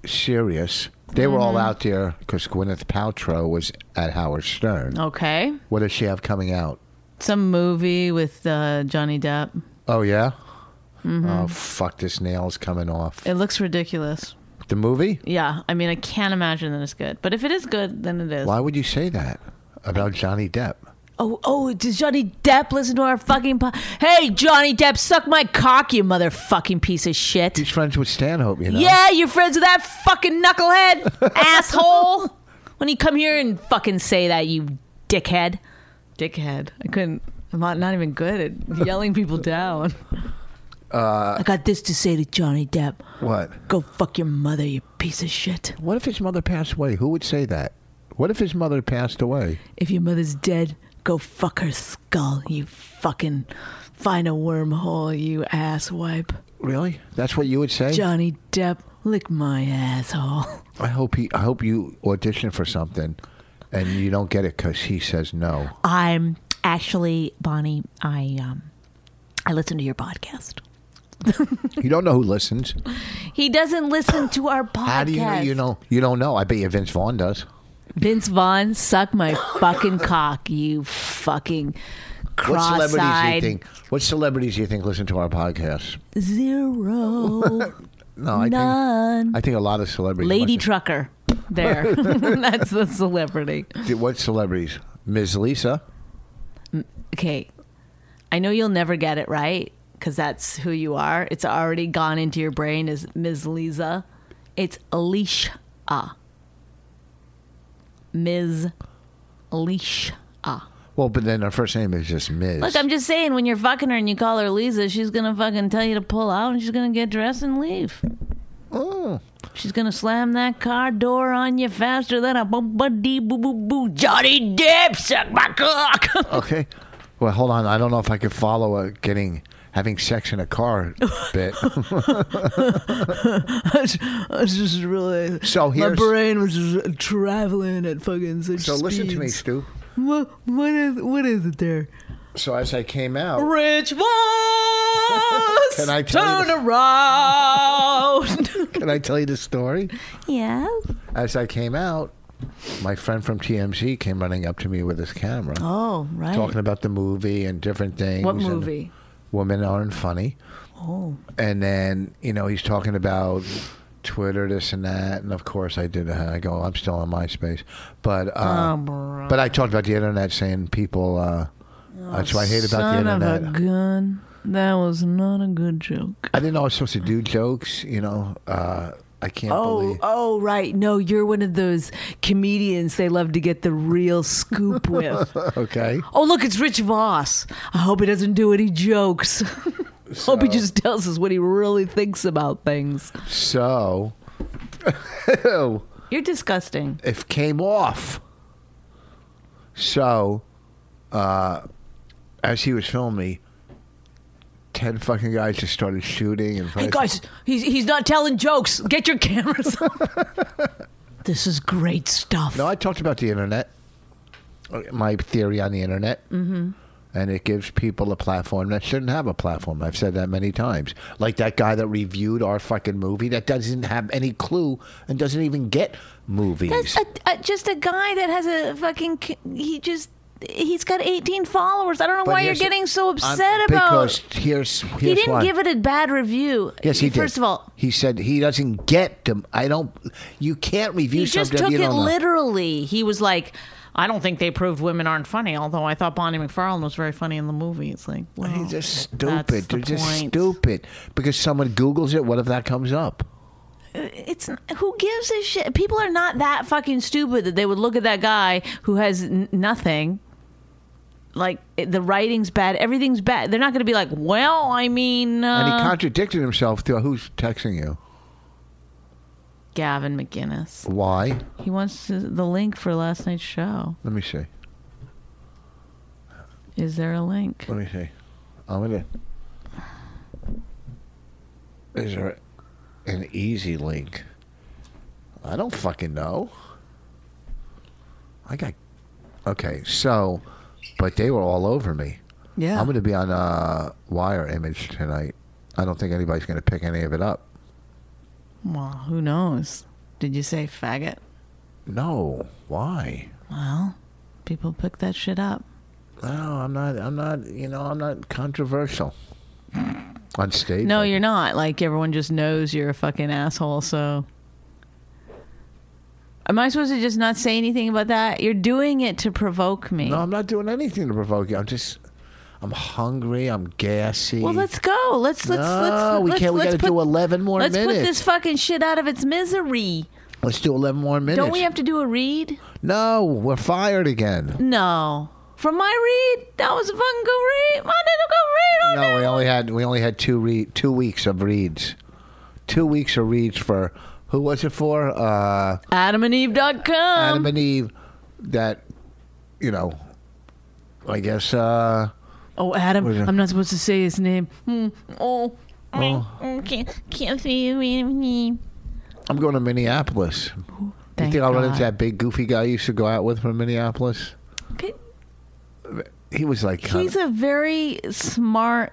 B: Sirius. They were all
A: Mm-hmm.
B: out there because Gwyneth Paltrow was at
A: Oh.
B: Howard Stern.
A: Okay.
B: What does she have coming out?
A: Some movie with uh, Johnny Depp. Mm-hmm.
B: Oh yeah. Oh fuck! This nail's coming off.
A: It looks ridiculous.
B: The movie?
A: Yeah, I mean, I can't imagine that it's good. But if it is good, then it is.
B: Why would you say that about Johnny Depp?
A: Oh, oh, does Johnny Depp listen to our fucking po- Hey, Johnny Depp, suck my cock, you motherfucking piece of shit.
B: He's friends with Stanhope, you know.
A: Yeah, you're friends with that fucking knucklehead asshole. When you come here and fucking say that, you dickhead. Dickhead. I couldn't. I'm not, not even good at yelling people down.
C: I got this to say to Johnny Depp.
B: What?
C: Go fuck your mother, you piece of shit.
B: What if his mother passed away? Who would say that? What if his mother passed away?
C: If your mother's dead, go fuck her skull, you fucking find a wormhole, you asswipe.
B: Really? That's what you would say?
C: Johnny Depp, lick my asshole.
B: I hope he. I hope you audition for something, and you don't get it because he says no.
C: I'm actually Bonnie, I um I listen to your podcast.
B: You don't know who listens.
A: He doesn't listen to our podcast.
B: How do you know? You know. You don't know. I bet you Vince Vaughn does.
A: Vince Vaughn, suck my fucking cock, you fucking
B: What celebrities do you
A: cross-eyed
B: think? What celebrities do you think listen to our podcast?
C: Zero.
B: No, I
C: None.
B: think I think a lot of celebrities.
A: lady
B: listen-
A: trucker. There, that's the celebrity.
B: What celebrities? Ms. Lisa.
A: Okay, I know you'll never get it right because that's who you are. It's already gone into your brain as Ms. Lisa. It's Alicia. Ms. Alicia.
B: Well, but then her first name is just Ms.
A: Look, I'm just saying, when you're fucking her and you call her Lisa, she's gonna fucking tell you to pull out and she's gonna get dressed and leave.
B: Oh.
A: She's gonna slam that car door on you faster than a boom ba dee boo boo boo. Johnny Depp suck my cock.
B: Okay. Well, hold on. I don't know if I could follow a getting having sex in a car bit.
C: I just really
B: So
C: my
B: here's-
C: brain was just traveling at fucking such
B: so listen to me,
C: speeds.
B: Stu.
C: What, what is what is it there?
B: So as I came out,
A: Rich Voss,
B: Can I tell you
A: turn around.
B: can I tell you the story?
C: Yeah.
B: As I came out, my friend from TMZ came running up to me with his camera,
C: Oh, right.
B: talking about the movie and different things.
A: what
B: and
A: movie?
B: Women aren't funny.
C: Oh.
B: and then you know he's talking about Twitter, this and that, and of course I did. uh, I go, I'm still on MySpace, but
C: Oh,
B: uh, but I talked about the internet, saying people. Uh, that's what I hate about the
A: Son of a
B: internet.
A: gun. That was not a good joke.
B: I didn't know I was supposed to do jokes. You know, uh, I can't
C: Oh,
B: believe.
C: oh, right. No, you're one of those comedians they love to get the real scoop with.
B: Okay,
C: oh, look, it's Rich Voss. I hope he doesn't do any jokes. hope he just tells us what he really thinks about things.
B: so
A: You're disgusting.
B: it came off. So, uh, as he was filming me, ten fucking guys just started shooting and.
C: Hey, guys, he's, he's not telling jokes. Get your cameras on. this is great stuff.
B: No, I talked about the internet, uh, my theory on the internet, mm-hmm. and it gives people a platform that shouldn't have a platform. I've said that many times. Like that guy that reviewed our fucking movie that doesn't have any clue and doesn't even get movies.
A: That's a, a, just a guy that has a fucking. c- He just. He's got 18 followers. I don't know
B: But
A: why you're
B: here's-
A: getting so
B: I'm-
A: upset about.
B: because here's here's
A: He didn't
B: why.
A: give it a bad review.
B: Yes, he did.
A: First of all,
B: he said he doesn't get them. I don't. You can't review
A: he just
B: something
A: took
B: you
A: it
B: don't know.
A: literally. He was like, "I don't think they proved women aren't funny." Although I thought Bonnie McFarlane was very funny in the movie. It's like, well,
B: They're just
A: that's
B: stupid.
A: the
B: They're just
A: point.
B: stupid because someone Google's it. What if that comes up?
A: It's who gives a shit. People are not that fucking stupid that they would look at that guy who has n- nothing. Like it- the writing's bad, everything's bad. They're not going to be like, "Well, I mean, uh,
B: and he contradicted himself to who's texting you.
A: Gavin McGinnis.
B: Why?
A: He wants to, the link for last night's show.
B: Let me see.
A: Is there a link?"
B: Let me see. I'm gonna. Is there an easy link? I don't fucking know. I got. Okay, so, but they were all over me.
C: yeah.
B: I'm gonna be on uh, Wire Image tonight. I don't think anybody's gonna pick any of it up.
A: Well, who knows? Did you say faggot?
B: No, why?
A: Well, people pick that shit up.
B: No, I'm not. I'm not. You know, I'm not controversial. On stage,
A: No,
B: I
A: you're not. Like everyone just knows you're a fucking asshole, so Am I supposed to just not say anything about that? You're doing it to provoke me.
B: No, I'm not doing anything to provoke you. I'm just, I'm hungry. I'm gassy.
A: Well, let's go. Let's let's
B: no,
A: let's.
B: we
A: let's,
B: can't. We
A: let's
B: got to
A: put-
B: do 11 more
A: Let's
B: minutes.
A: put this fucking shit out of its misery.
B: let's do 11 more minutes.
A: Don't we have to do a read?
B: no, we're fired again.
A: No. From my read, that was a fucking good read. My little good read.
B: No, we only had we only had two re- two weeks of reads, two weeks of reads for who was it for? Uh,
A: AdamandEve.com.
B: Adam and Eve. That you know, I guess. Uh,
A: oh, Adam.
B: Wait a-
A: I'm not supposed to say his name. Hmm. Oh.
B: Oh.
A: Mm, Can't, can't say his name.
B: I'm going to Minneapolis.
A: Thank
B: you think I'll run
A: God.
B: into that big goofy guy I used to go out with from Minneapolis?
A: Pe-
B: He was like, kinda-
A: He's a very smart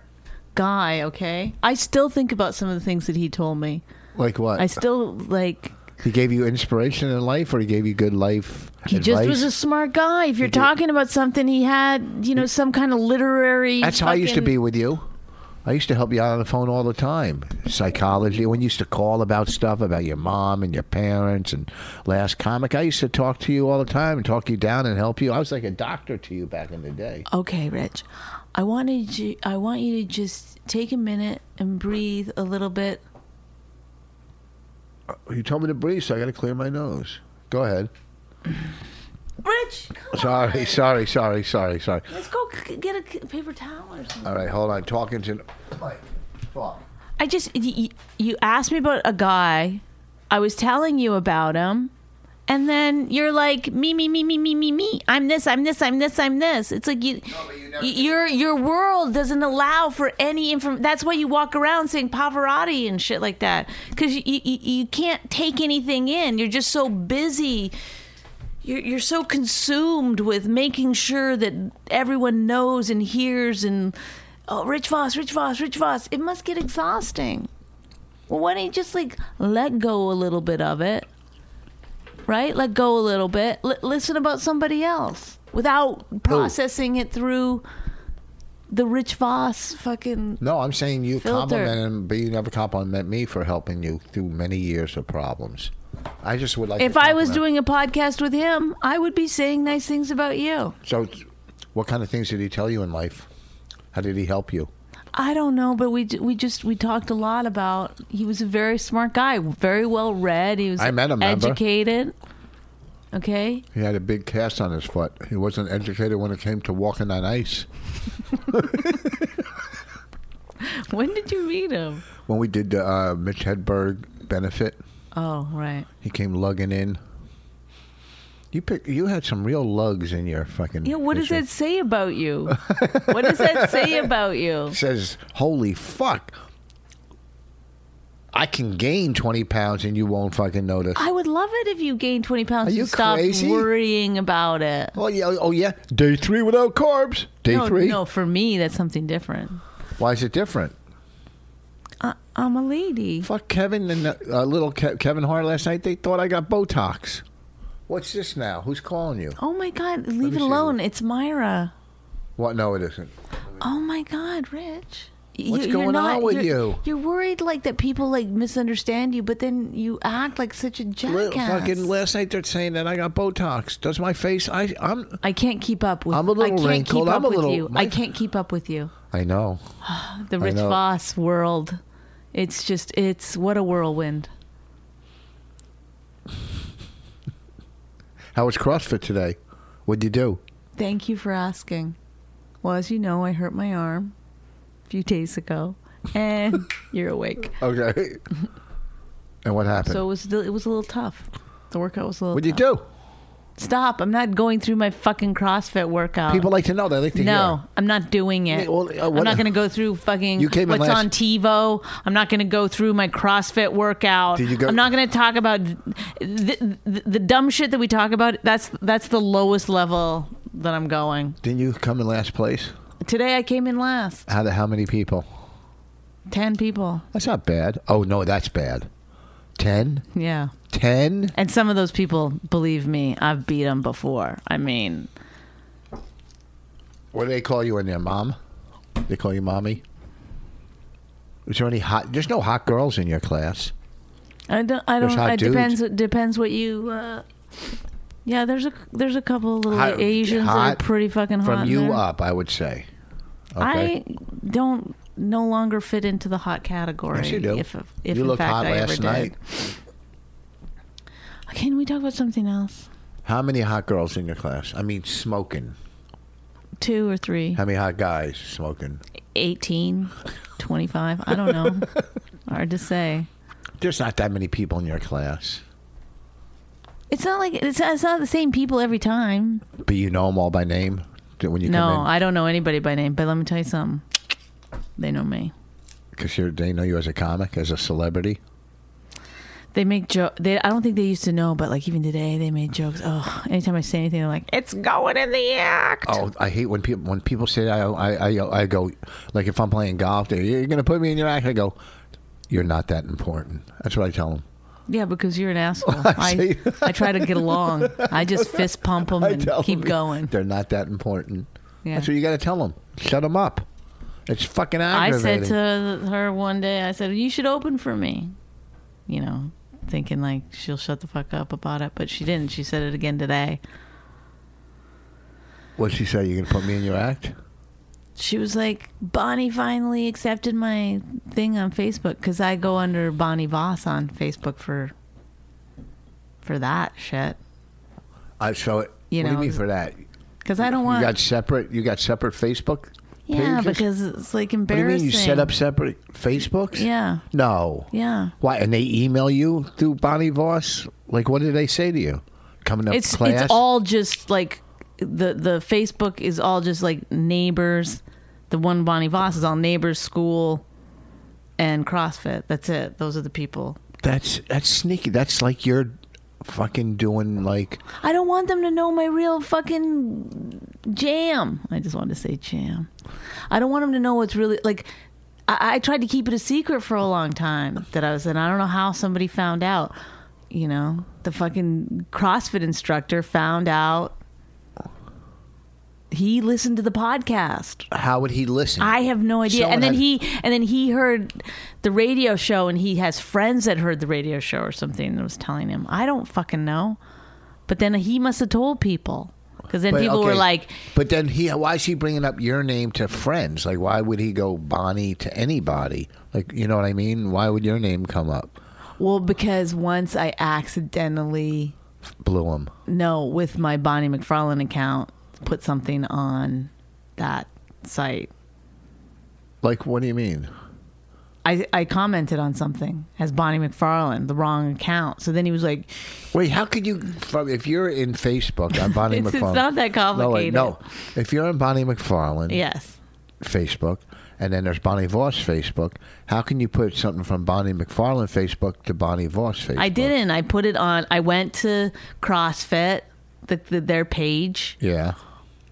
A: guy, okay? I still think about some of the things that he told me.
B: like what?
A: I still like
B: he gave you inspiration in life, or he gave you good life
A: he
B: advice.
A: just was a smart guy. If you're
B: did.
A: talking about something he had, you know, some kind of literary
B: That's how I used to
A: fucking-
B: be with you. I used to help you out on the phone all the time. Psychology. When you used to call about stuff about your mom and your parents and last comic, I used to talk to you all the time and talk you down and help you. I was like a doctor to you back in the day.
A: Okay, Rich. I wanted you I want you to just take a minute and breathe a little bit. Oh.
B: You told me to breathe, so I got to clear my nose. Go ahead.
A: Rich, come
B: Sorry, sorry, sorry, sorry, sorry.
A: on. Let's go c- get a c- paper towel or something.
B: All right, hold on. Talking to. Mike, fuck.
A: I just y- y- you asked me about a guy. I was telling you about him. And then you're like me me me me me me me. I'm this, I'm this, I'm this, I'm this. It's like you,
B: but you never
A: y-
B: did.
A: your your world doesn't allow for any inform That's why you walk around saying Pavarotti and shit like that cuz you, you you can't take anything in. You're just so busy. You're you're so consumed with making sure that everyone knows and hears and oh, Rich Voss, Rich Voss, Rich Voss. It must get exhausting. Well, why don't you just like let go a little bit of it? Right? Let go a little bit. L- listen about somebody else without processing it through the Rich Voss fucking.
B: No, I'm saying you
A: Filter.
B: complimented him, but you never compliment me for helping you through many years of problems. I just would like.
A: If
B: to
A: I was
B: compliment-
A: doing a podcast with him, I would be saying nice things about you.
B: So, what kind of things did he tell you in life? How did he help you?
A: I don't know, but we j- we just we talked a lot about he was a very smart guy, very well read. He was
B: I met him, remember?
A: educated. Okay,
B: He had a big cast on his foot. He wasn't educated when it came to walking on ice.
A: when did you meet him?
B: When we did the uh, Mitch Hedberg benefit,
A: Oh, right.
B: he came lugging in. You pick. You had some real lugs in your fucking.
A: Yeah, what does
B: picture.
A: that say about you? what does that say about you?
B: Says, "Holy fuck." I can gain twenty pounds and you won't fucking notice.
A: I would love it if you gained 20 pounds
B: Are
A: and
B: you
A: stopped
B: crazy?
A: worrying about it.
B: Oh yeah! Oh yeah! Day three without carbs. Day
A: No,
B: three.
A: no, for me, that's something different.
B: Why is it different?
A: I, I'm a lady.
B: Fuck Kevin and uh, uh, little Ke- Kevin Hart last night. They thought I got Botox. What's this now? Who's calling you?
A: Oh my God, leave
B: me
A: it
B: see.
A: alone. It's Myra.
B: What? No, it isn't.
A: Oh my God, Rich. You-
B: What's
A: you're
B: going
A: not-
B: on with
A: you're-
B: you?
A: You're worried like that people like misunderstand you, but then you act like such a
B: Li-
A: jackass.
B: fucking last night they're saying that I got Botox. Does my face? I I'm.
A: I can't keep up with.
B: I'm a little
A: I can't
B: wrinkled.
A: Keep up
B: I'm a
A: with
B: little-
A: You.
B: my-
A: I can't keep up with you.
B: I know.
A: the Rich
B: know.
A: Voss world. It's just, it's what a whirlwind.
B: How was CrossFit today? What'd you do?
A: Thank you for asking. Well, as you know, I hurt my arm a few days ago, and you're awake.
B: Okay. and what happened?
A: So it was, it was a little tough. The workout was a little.
B: What'd you
A: tough.
B: do?
A: Stop! I'm not going through my fucking CrossFit workout.
B: People like to know. They like to
A: uh, No,
B: hear.
A: I'm not doing it.
B: Yeah, well, uh,
A: I'm
B: what-
A: not going to go through fucking
B: You came in
A: what's
B: last-
A: on TiVo. I'm not going to go through my CrossFit workout.
B: Did you go-
A: I'm not going to talk about th- th- th- the dumb shit that we talk about. That's that's the lowest level that I'm going.
B: Didn't you come in last place?
A: Today I came in last.
B: How the, How many people?
A: 10 people.
B: That's not bad. Oh no, that's bad. Ten.
A: Yeah.
B: Ten.
A: And some of those people, believe me, I've beat them before. I mean,
B: What do they call you in there, mom? They call you mommy. Is there any hot? There's no hot girls in your class.
A: I don't I
B: There's
A: don't
B: hot
A: it
B: dudes.
A: depends it depends what you uh Yeah, there's a there's a couple of little
B: Hot-
A: Asians that are
B: hot
A: pretty fucking hot.
B: From
A: in
B: you
A: there.
B: up, I would say.
A: I don't no longer fit into the hot category.
B: Yes, you do.
A: If, if
B: you
A: in
B: looked
A: fact
B: hot
A: I ever
B: last
A: did.
B: night.
A: Can we talk about something else?
B: How many hot girls in your class? I mean, smoking.
A: Two or three?
B: How many hot guys smoking?
A: 18? 25? I don't know. Hard to say.
B: There's not that many people in your class,
A: It's not like it's not, it's not the same people every time.
B: but you know them all by name when you
A: no,
B: come in
A: I don't know anybody by name, but let me tell you something. They know me.
B: because they know you as a comic, as a celebrity.
A: They make joke. They I don't think they used to know, but like even today they made jokes. Oh, anytime I say anything, they're like, "It's going in the act."
B: Oh, I hate when people when people say that. I I, I, I go like if I'm playing golf, they you're gonna put me in your act. I go, you're not that important. That's what I tell them.
A: Yeah, because you're an asshole.
B: I
A: I,
B: see.
A: I try to get along. I just fist pump them
B: I
A: and
B: tell
A: keep
B: 'em
A: going.
B: They're not that important.
A: Yeah.
B: That's what you got to tell them. Shut them up. It's fucking
A: I
B: aggravating.
A: said to her one day, I said, "You should open for me," you know, thinking like she'll shut the fuck up about it, but she didn't. She said it again today.
B: What'd she say? You gonna put me in your act?
A: She was like, "Bonnie finally accepted my thing on Facebook because I go under Bonnie Voss on Facebook for for that shit
B: I so.
A: You
B: what
A: know,
B: do you mean for that? You
A: because I don't want."
B: got separate. You got separate Facebook.
A: yeah,
B: pages?
A: because it's like
B: What do you
A: embarrassing.
B: mean you set up separate Facebooks?
A: Yeah,
B: No.
A: yeah.
B: Why? And they email you through Bonnie Voss? Like, what did they say to you? Coming up
A: it's
B: class?
A: it's all just like the the Facebook is all just like neighbors. The one Bonnie Voss is all neighbors, school, and CrossFit. That's it. Those are the people.
B: that's that's sneaky. That's like you're fucking doing like
A: I don't want them to know my real fucking jam. I just wanted to say jam. I don't want them to know what's really like. I, I tried to keep it a secret for a long time that I was in. I don't know how somebody found out. You know, the fucking CrossFit instructor found out. He listened to the podcast.
B: how would he listen?
A: I have no idea.
B: Someone
A: and then
B: had-
A: he and then he heard the radio show, and he has friends that heard the radio show or something that was telling him. I don't fucking know. But then he must have told people because then
B: But,
A: people were
B: okay,
A: like,
B: but then he, why is he bringing up your name to friends? Like, why would he go Bonnie to anybody? Like, you know what I mean? Why would your name come up?
A: "Well, because once I accidentally,
B: Blew him.
A: no, with my Bonnie McFarlane account, put something on that site."
B: Like, what do you mean?
A: I, I commented on something as Bonnie McFarlane, the wrong account. So then he was like,
B: Wait, how could you? From if you're in Facebook on Bonnie
A: It's-
B: McFarlane,
A: it's not that complicated.
B: No, wait, no. If you're on Bonnie McFarlane
A: "Yes,
B: Facebook, and then there's Bonnie Voss Facebook, how can you put something from Bonnie McFarlane Facebook to Bonnie Voss Facebook?
A: I didn't. I put it on. I went to CrossFit, the, the, their page,
B: Yeah,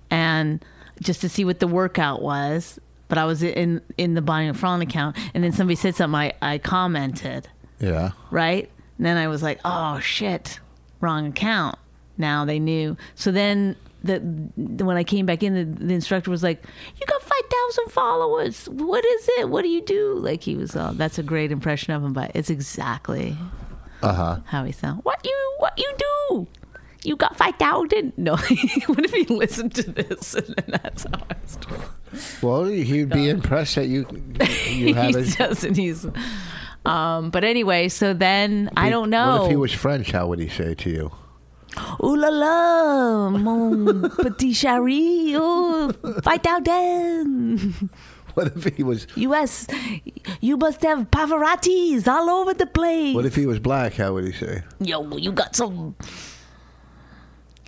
A: and just to see what the workout was. But I was in in the Bonnie McFarlane account, and then somebody said something. I, I commented
B: yeah.
A: right, and then I was like, oh shit, wrong account. Now they knew. So then the when I came back in, the, the instructor was like, you got five thousand followers. What is it? What do you do? Like he was. all that's a great impression of him, but it's exactly
B: Uh-huh.
A: how he sound. What you what you do? You got five thousand? No, what if he listened to this and then that's how I started?
B: Well, he'd be impressed that you you have
A: he
B: his.
A: doesn't. Oh He's. Um, but anyway, so then I don't know.
B: What if he was French? How would he say it to you?
A: Ooh la la, mon petit chéri, oh, five thousand.
B: What if he was?
A: U.S. You must have Pavarottis all over the place.
B: What if he was black? How would he say?
A: Yo, you got some.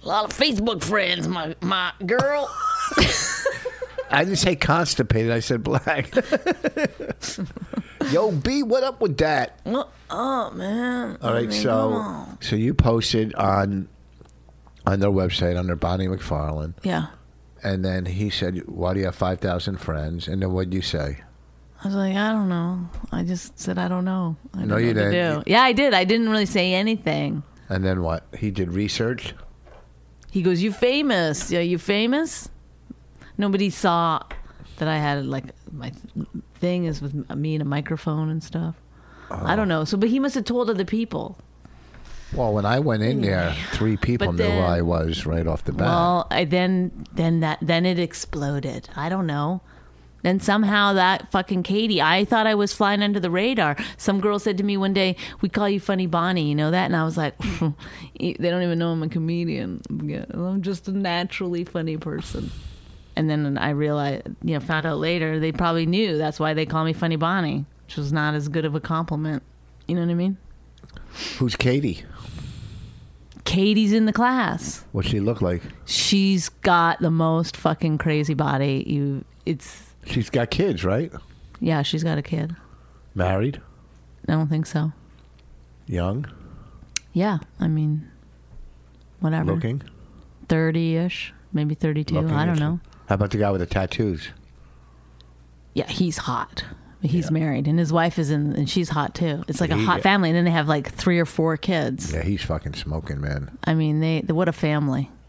A: A lot of Facebook friends, my my girl.
B: I didn't say constipated. I said black. Yo, B, what up with that?
A: oh man.
B: All right, so so you posted on on their website under Bonnie McFarlane,
A: Yeah.
B: and then he said, "Why do you have five thousand friends?" And then what would you say?
A: I was like, I don't know. I just said, I don't know. I don't
B: No, you
A: know what to
B: didn't.
A: do. Yeah, I did. I didn't really say anything.
B: And then what? He did research.
A: He goes, "You famous? Yeah, you famous." Nobody saw that I had like my th- thing is
B: Oh.
A: with me and a microphone and stuff. I don't know. So, but he must have told other people.
B: Well, when I went in there, three people
A: But
B: knew who
A: then-
B: I was right off the bat.
A: Well, I then then that then it exploded. I don't know. Then somehow that fucking Katie, I thought I was flying under the radar. Some girl said to me one day, "We call you Funny Bonnie," you know that, and I was like, "They don't even know I'm a comedian. Yeah, I'm just a naturally funny person." And then I realized, you know, found out later they probably knew. That's why they call me Funny Bonnie, which was not as good of a compliment. You know what I mean?
B: Who's Katie?
A: Katie's in the class.
B: What she look like?
A: she's got the most fucking crazy body. You, it's
B: She's got kids, right?
A: yeah, she's got a kid.
B: Married,
A: I don't think so.
B: young,
A: Mm-hmm. Yeah, I mean, whatever,
B: looking.
A: thirty-ish, maybe thirty-two.
B: looking
A: I don't
B: at you.
A: know.
B: How about the guy with the tattoos?
A: Yeah, he's hot. He's married, and his wife is in, and she's hot too. It's like a
B: He-
A: hot family, and then they have like three or four kids.
B: Yeah, he's fucking smoking, man.
A: I mean, they what a family.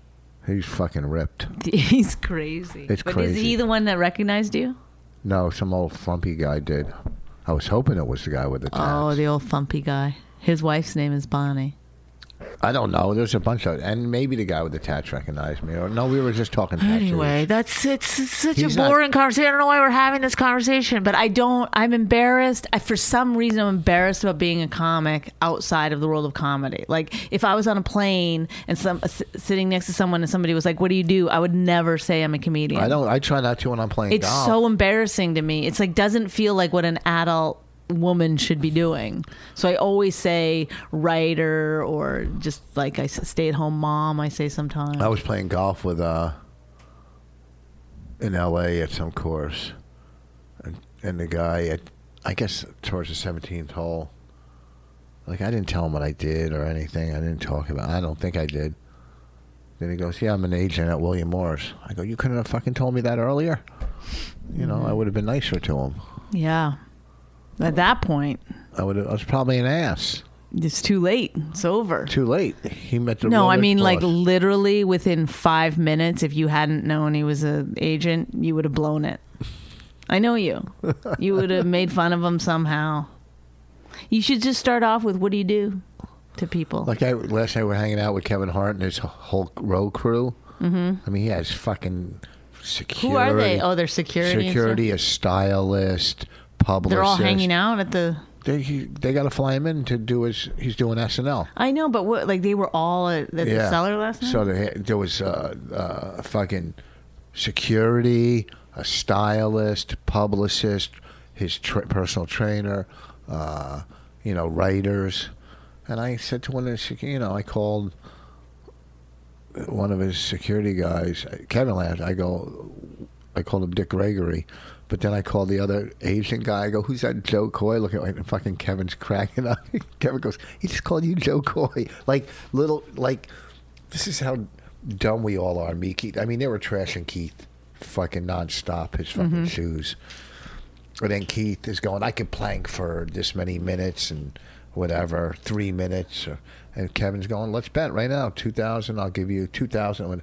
B: He's fucking ripped.
A: He's crazy.
B: It's
A: but is
B: crazy.
A: he the one that recognized you?
B: No, some old frumpy guy did. I was hoping it was the guy with the
A: Oh,
B: tats.
A: the old thumpy guy. His wife's name is Bonnie.
B: I don't know. There's a bunch of, and maybe the guy with the tats recognized me. Or no, we were just talking.
A: Anyway,
B: tattoos.
A: that's it's, it's such
B: He's
A: a
B: not-
A: boring conversation. I don't know why we're having this conversation, but I don't. I'm embarrassed. I, for some reason, I'm embarrassed about being a comic outside of the world of comedy. Like if I was on a plane and some s- sitting next to someone and somebody was like, "What do you do?" I would never say I'm a comedian.
B: I don't. I try not to when I'm playing
A: It's
B: golf.
A: so embarrassing to me. It's like doesn't feel like what an adult woman should be doing. So I always say writer or just like I stay at home mom. I say sometimes.
B: I was playing golf with uh in L.A. at some course, and, and the guy at I guess towards the seventeenth hole. Like I didn't tell him what I did or anything. I didn't talk about. I don't think I did. Then he goes, "Yeah, I'm an agent at William Morris." I go, "You couldn't have fucking told me that earlier." You know, I
A: Mm.
B: would have been nicer to him.
A: Yeah. At that point,
B: I would. I was probably an ass.
A: it's too late. It's over.
B: Too late. He met the.
A: No, I
B: wrong
A: mean like
B: boss.
A: literally within 5 minutes if you hadn't known he was an agent, you would have blown it. I know you. You would have made fun of him somehow. You should just start off with what do you do to people?
B: Like I last night, we were hanging out with Kevin Hart and his whole row crew. Mm-hmm. I mean, he has fucking security.
A: Who are they? Oh, they're security. and stuff?
B: security, a stylist, publicist.
A: They're all hanging out at the
B: They he, they got to fly him in to do his. He's doing SNL.
A: I know, but what like they were all at, at the cellar last night?
B: So they, there was uh, uh, fucking security, a stylist, publicist, his tra- personal trainer, uh, you know, writers. And I said to one of the, sec- you know, I called one of his security guys, Kevin Land. I go, I called him Dick Gregory. But then I called the other Asian guy. I go, "Who's that Joe Coy looking?" Like, and fucking Kevin's cracking up. Kevin goes, "He just called you Joe Coy." Like little, like this is how dumb we all are, me Keith. I mean, they were trashing Keith, fucking nonstop. His fucking shoes. And then Keith is going, I could plank for this many minutes and whatever, three minutes. Or, and Kevin's going, let's bet right now, 2,000, I'll give you 2,000. When-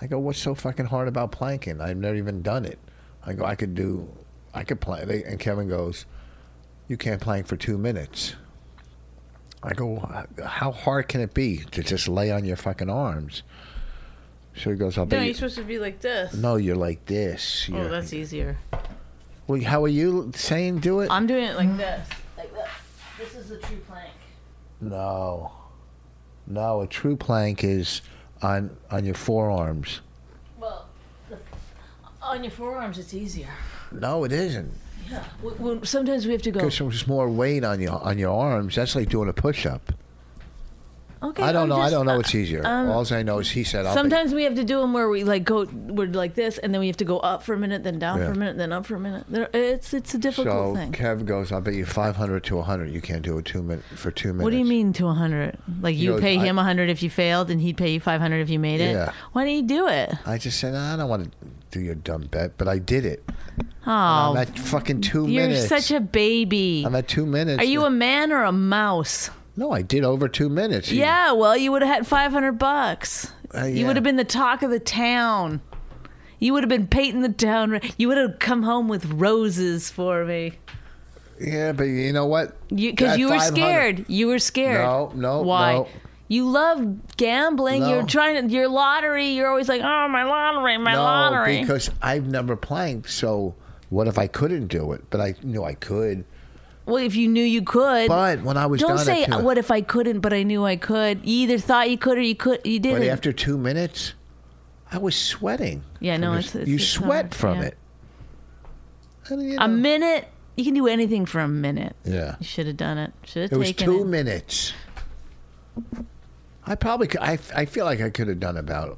B: I go, what's so fucking hard about planking? I've never even done it. I go, I could do, I could plank. They- And Kevin goes, you can't plank for two minutes. I go, how hard can it be to just lay on your fucking arms? So he goes, I'll bet. you-
A: supposed to be like this.
B: no, you're like
A: Oh,
B: this. You're-
A: easier.
B: well, how are you saying do it?
A: I'm doing it like this. Like this. This is the true plank.
B: No, no. A true plank is on on your forearms.
A: Well, the, on your forearms, it's easier.
B: No, it isn't.
A: W- w- Sometimes we have to go.
B: Because there's more weight on your on your arms. That's like doing a push up.
A: Okay,
B: I don't
A: I'm
B: know. I
A: just-
B: don't know. It's easier.
A: um,
B: All I know is he said. I'll bet-
A: Sometimes we have to do them where we like go, we're like this, and then we have to go up for a minute, then down
B: Yeah.
A: for a minute, then up for a minute. There, it's it's a difficult
B: So
A: thing.
B: Kev goes. I'll bet you five hundred to hundred. You can't do it two minute for two minutes.
A: What do you mean to 100? Like you
B: know,
A: pay
B: I-
A: him a 100 if you failed, and he'd pay you 500 if you made it.
B: Yeah.
A: Why don't you do it?
B: I just said I don't want to do your dumb bet, but I did it.
A: Oh,
B: I'm at fucking 2
A: you're
B: minutes.
A: such a baby.
B: I'm at two minutes.
A: Are you a man or a mouse?
B: No, I did over two minutes. He-
A: Yeah, well, you would have had 500 bucks.
B: Uh,
A: You
B: yeah.
A: would have been the talk of the town. You would have been painting the town. You would have come home with roses for me.
B: Yeah, but you know what?
A: Because
B: At
A: you, were
B: 500.
A: scared. You were scared.
B: No, no,
A: Why?
B: no.
A: You love gambling.
B: No.
A: You're trying to your lottery. You're always like, oh my lottery, my
B: no,
A: lottery.
B: because I've never played. So what if I couldn't do it? But I knew I could.
A: well, if you knew you could.
B: But when I was
A: don't
B: done, I
A: say
B: could.
A: what if I couldn't, but I knew I could. You either thought you could or you could. You didn't.
B: But after two minutes, I was sweating.
A: Yeah,
B: from
A: no,
B: this-
A: it's- it's-
B: you
A: it's
B: sweat
A: hard,
B: from
A: yeah.
B: it. And, you
A: a
B: know,
A: minute, you can do anything for a minute.
B: yeah,
A: You should have done it. Should
B: it
A: have
B: was
A: taken
B: two
A: it.
B: minutes. I probably, could, I, I feel like I could have done about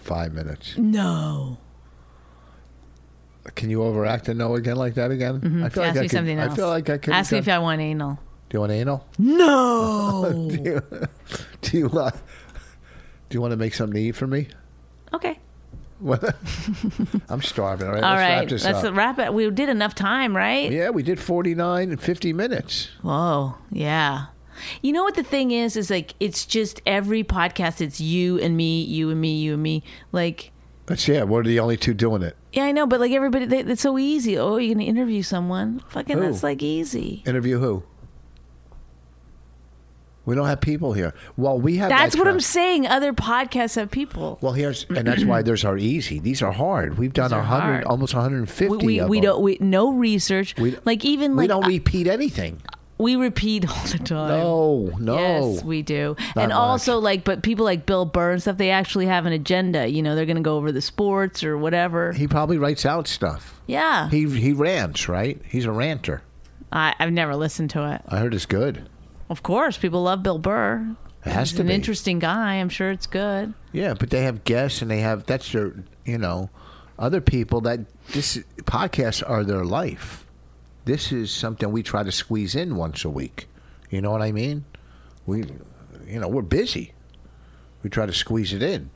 B: five minutes.
A: no.
B: Can you overact a no again like that again? I feel
A: Mm-hmm. Ask
B: like I
A: me
B: could,
A: something else.
B: I feel like I could.
A: Ask me
B: have
A: if
B: done-
A: I want anal.
B: Do you want anal?
A: No.
B: do you, do you want? Do you want to make something to eat for me?
A: okay.
B: What? I'm starving. All right,
A: All
B: let's
A: right.
B: wrap this
A: Let's
B: up.
A: wrap it. We did enough time, right?
B: Yeah, we did 49 and 50 minutes.
A: Whoa, yeah. You know what the thing is? Is like it's just every podcast. It's you and me, you and me, you and me. Like
B: That's yeah. We're the only two doing it.
A: yeah, I know, but like everybody, they, it's so easy. Oh, you're gonna interview someone? Fucking,
B: Who?
A: that's like easy.
B: Interview who? We don't have people here. Well, we have.
A: That's
B: that
A: what I'm
B: kind-
A: saying. Other podcasts have people.
B: Well, here's and that's why there's our easy. These are hard. We've done
A: These are
B: a hundred,
A: hard.
B: almost 150.
A: we we,
B: of
A: we
B: them.
A: don't we no research.
B: We-
A: like even
B: We
A: like
B: don't
A: uh,
B: repeat anything.
A: we repeat all the time.
B: No, no.
A: Yes, we do.
B: Not
A: and
B: much.
A: also, like, but people like Bill Burr and stuff, they actually have an agenda. You know, they're going to go over the sports or whatever.
B: he probably writes out stuff.
A: Yeah.
B: He he rants, right? He's a ranter.
A: I, I've never listened to it.
B: I heard it's good.
A: Of course, people love Bill Burr.
B: It has
A: He's
B: to
A: an
B: be.
A: interesting guy. I'm sure it's good.
B: Yeah, but they have guests and they have that's their you know other people that this podcasts are their life. This is something we try to squeeze in once a week. You know what I mean? We you know we're busy. We try to squeeze it in,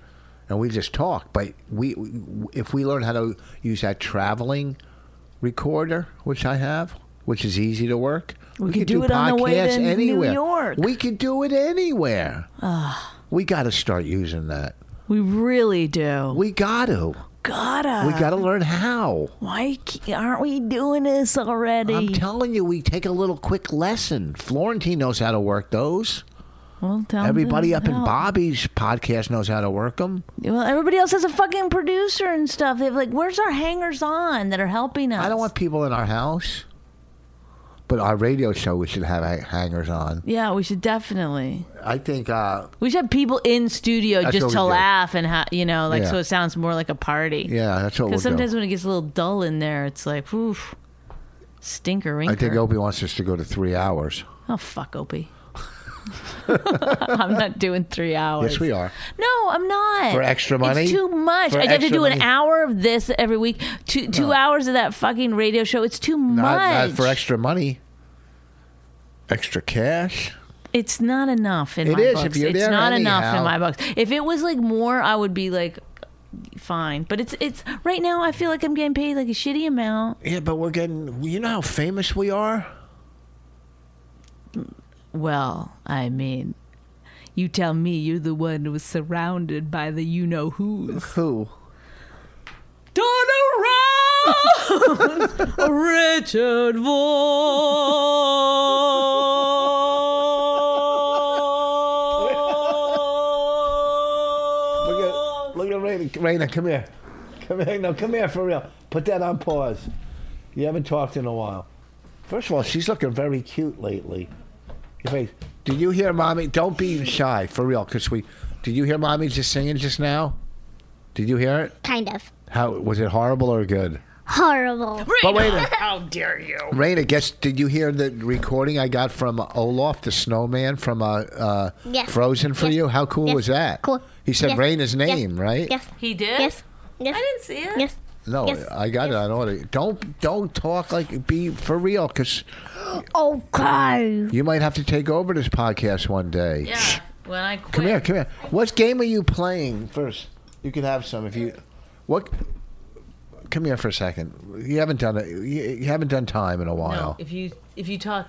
B: and we just talk. But we if we learn how to use that traveling recorder, which I have, which is easy to work. We,
A: could do it on the way
B: podcasts
A: to New
B: anywhere.
A: York. Ah.
B: We could do it anywhere. We got to start using that.
A: We really do.
B: We got to.
A: gotta.
B: We got to learn how.
A: Why ca- aren't we doing this already?
B: I'm telling you, we take a little quick lesson. Florentine knows how to work those.
A: well, tell them
B: Everybody
A: to
B: up in
A: help.
B: Bobby's podcast knows how to work them.
A: Well, everybody else has a fucking producer and stuff. They're like, where's our hangers on that are helping us?
B: I don't want people in our house, but our radio show we should have ha- hangers on.
A: Yeah, we should definitely.
B: I think. Uh,
A: We should have people in studio
B: That's what
A: just
B: we
A: to
B: do.
A: laugh and ha- you know, like
B: Yeah.
A: so it sounds more like a party.
B: yeah, that's what we'll
A: Because sometimes
B: do.
A: when it gets a little dull in there, it's like, oof, stinker rinker.
B: I think Opie wants us to go to three hours.
A: oh, fuck Opie. I'm not doing three hours.
B: Yes, we are.
A: No, I'm not.
B: For extra money?
A: It's too much.
B: For
A: I have to
B: extra
A: do an
B: money?
A: hour of this every week, two, two hours of that fucking radio show. It's too
B: Not,
A: much.
B: not for extra money. Extra cash.
A: It's not enough in
B: It
A: my
B: is,
A: books.
B: if you're
A: it's
B: there
A: not enough
B: anyhow.
A: in my books. If it was like more, I would be like fine. But it's it's right now I feel like I'm getting paid like a shitty amount.
B: Yeah, but we're getting. You know how famous we are.
A: Well, I mean you tell me you're the one who was surrounded by the you know who's.
B: Who?
A: Turn around Richard Vaughn.
B: Look at, look at Raina. Raina, come here. Come here. No, come here for real. Put that on pause. You haven't talked in a while. First of all, she's looking very cute lately. Your face. Do you hear mommy? Don't be shy, for real, because we. Did you hear mommy just singing just now? Did you hear it?
D: Kind of.
B: How was it horrible or good?
D: Horrible.
B: But wait a How dare you? Raina, guess did you hear the recording I got from Olaf the snowman from uh, uh,
D: Yes.
B: Frozen for
D: Yes.
B: you? How cool
D: Yes.
B: was that?
D: Cool.
B: He said
D: Yes.
B: Raina's
D: Yes.
B: name, right?
D: Yes.
A: He did?
D: Yes. Yes.
A: I didn't see it.
D: Yes.
B: No,
D: Yes.
B: I got it on audio. Don't don't talk like be for real because
D: Okay.
B: you might have to take over this podcast one day.
A: Yeah. When I quit.
B: Come here, come here. What game are you playing first? You can have some if you. What? Come here for a second. You haven't done it. You, you haven't done time in a
A: No,
B: while.
A: if you if you talk,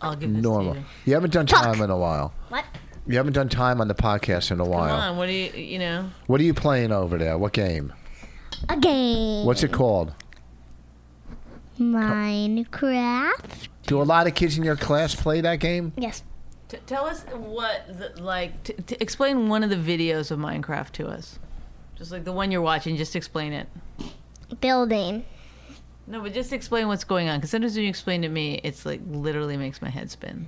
A: I'll give this
B: Normal.
A: to you.
B: You haven't done
D: Talk.
B: time in a while.
D: What?
B: You haven't done time on the podcast in a
A: Come
B: while.
A: on, what do you you know?
B: What are you playing over there? What game?
D: A game.
B: What's it called?
D: Minecraft.
B: Do a lot of kids in your class play that game?
D: Yes.
A: T- tell us what, the, like, t- t- explain one of the videos of Minecraft to us. Just like the one you're watching, just explain it.
D: Building.
A: No, but just explain what's going on. Because sometimes when you explain to me, it's like literally makes my head spin.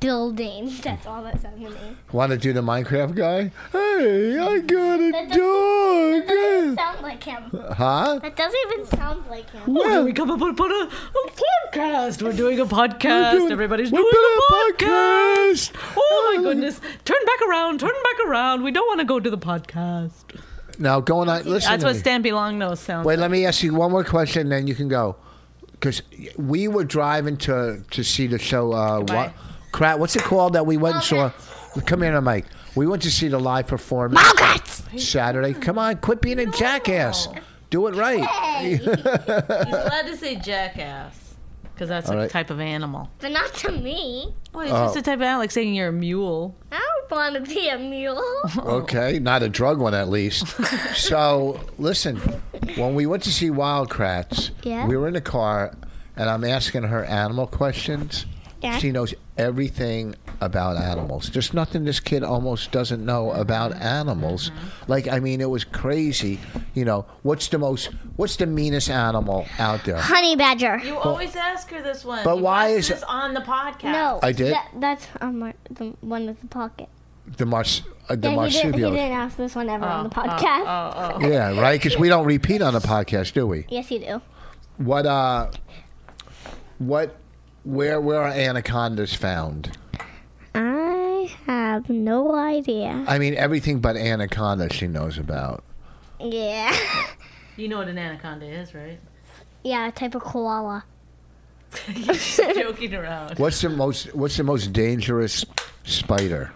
D: Building. That's all that sounds to me.
B: Want to do the Minecraft guy? Hey, I got a
D: Doesn't sound like him.
B: dog. Huh?
D: That doesn't even sound like him.
B: Well,
C: we come up with a, a podcast. We're doing a podcast.
B: doing-
C: Everybody's
B: we're
C: doing a podcast.
B: podcast.
C: Oh my goodness! Turn back around. Turn back around. We don't want to go to the podcast.
B: Now going on. Listen.
A: That's
B: to
A: what
B: me.
A: Stampy Longnose sounds
B: Wait,
A: like.
B: let me ask you one more question, then you can go. Because we were driving to to see the show. Uh,
A: Goodbye.
B: what, crap, what's it called that we went and saw? Come here, Mike. We went to see the live performance Saturday. Come on, quit being a jackass. Do it right.
A: He's allowed to say jackass. Because that's a
B: right. Oh.
A: type of animal.
D: But not to me.
A: Well, it's just a type of animal, like saying you're a mule.
D: I don't want to be a mule.
B: Okay, not a drug one at least. so listen, when we went to see Wildcrats,
D: Yeah.
B: we were in the car, and I'm asking her animal questions.
D: Yeah.
B: She knows everything about animals. There's nothing this kid almost doesn't know about animals.
D: Mm-hmm.
B: Like I mean, it was crazy. You know, what's the most, what's the meanest animal out there?
D: Honey badger.
A: You always ask her this one.
B: But
A: You
B: why
A: asked
B: is-
A: this on the podcast?
D: No.
B: I did?
D: That, that's on my, the one with the pocket.
B: The mars, uh, the
D: yeah, he didn't, he
B: marsupials.
D: didn't ask this one ever on the
A: Oh,
D: podcast.
B: yeah, right. Because we don't repeat on the podcast, do we?
D: Yes, you do.
B: What uh what where where are anacondas found?
D: I have no idea.
B: I mean everything but anaconda she knows about.
D: Yeah.
A: You know what an anaconda is, right?
D: yeah, a type of koala.
A: Joking around.
B: What's the most what's the most dangerous spider?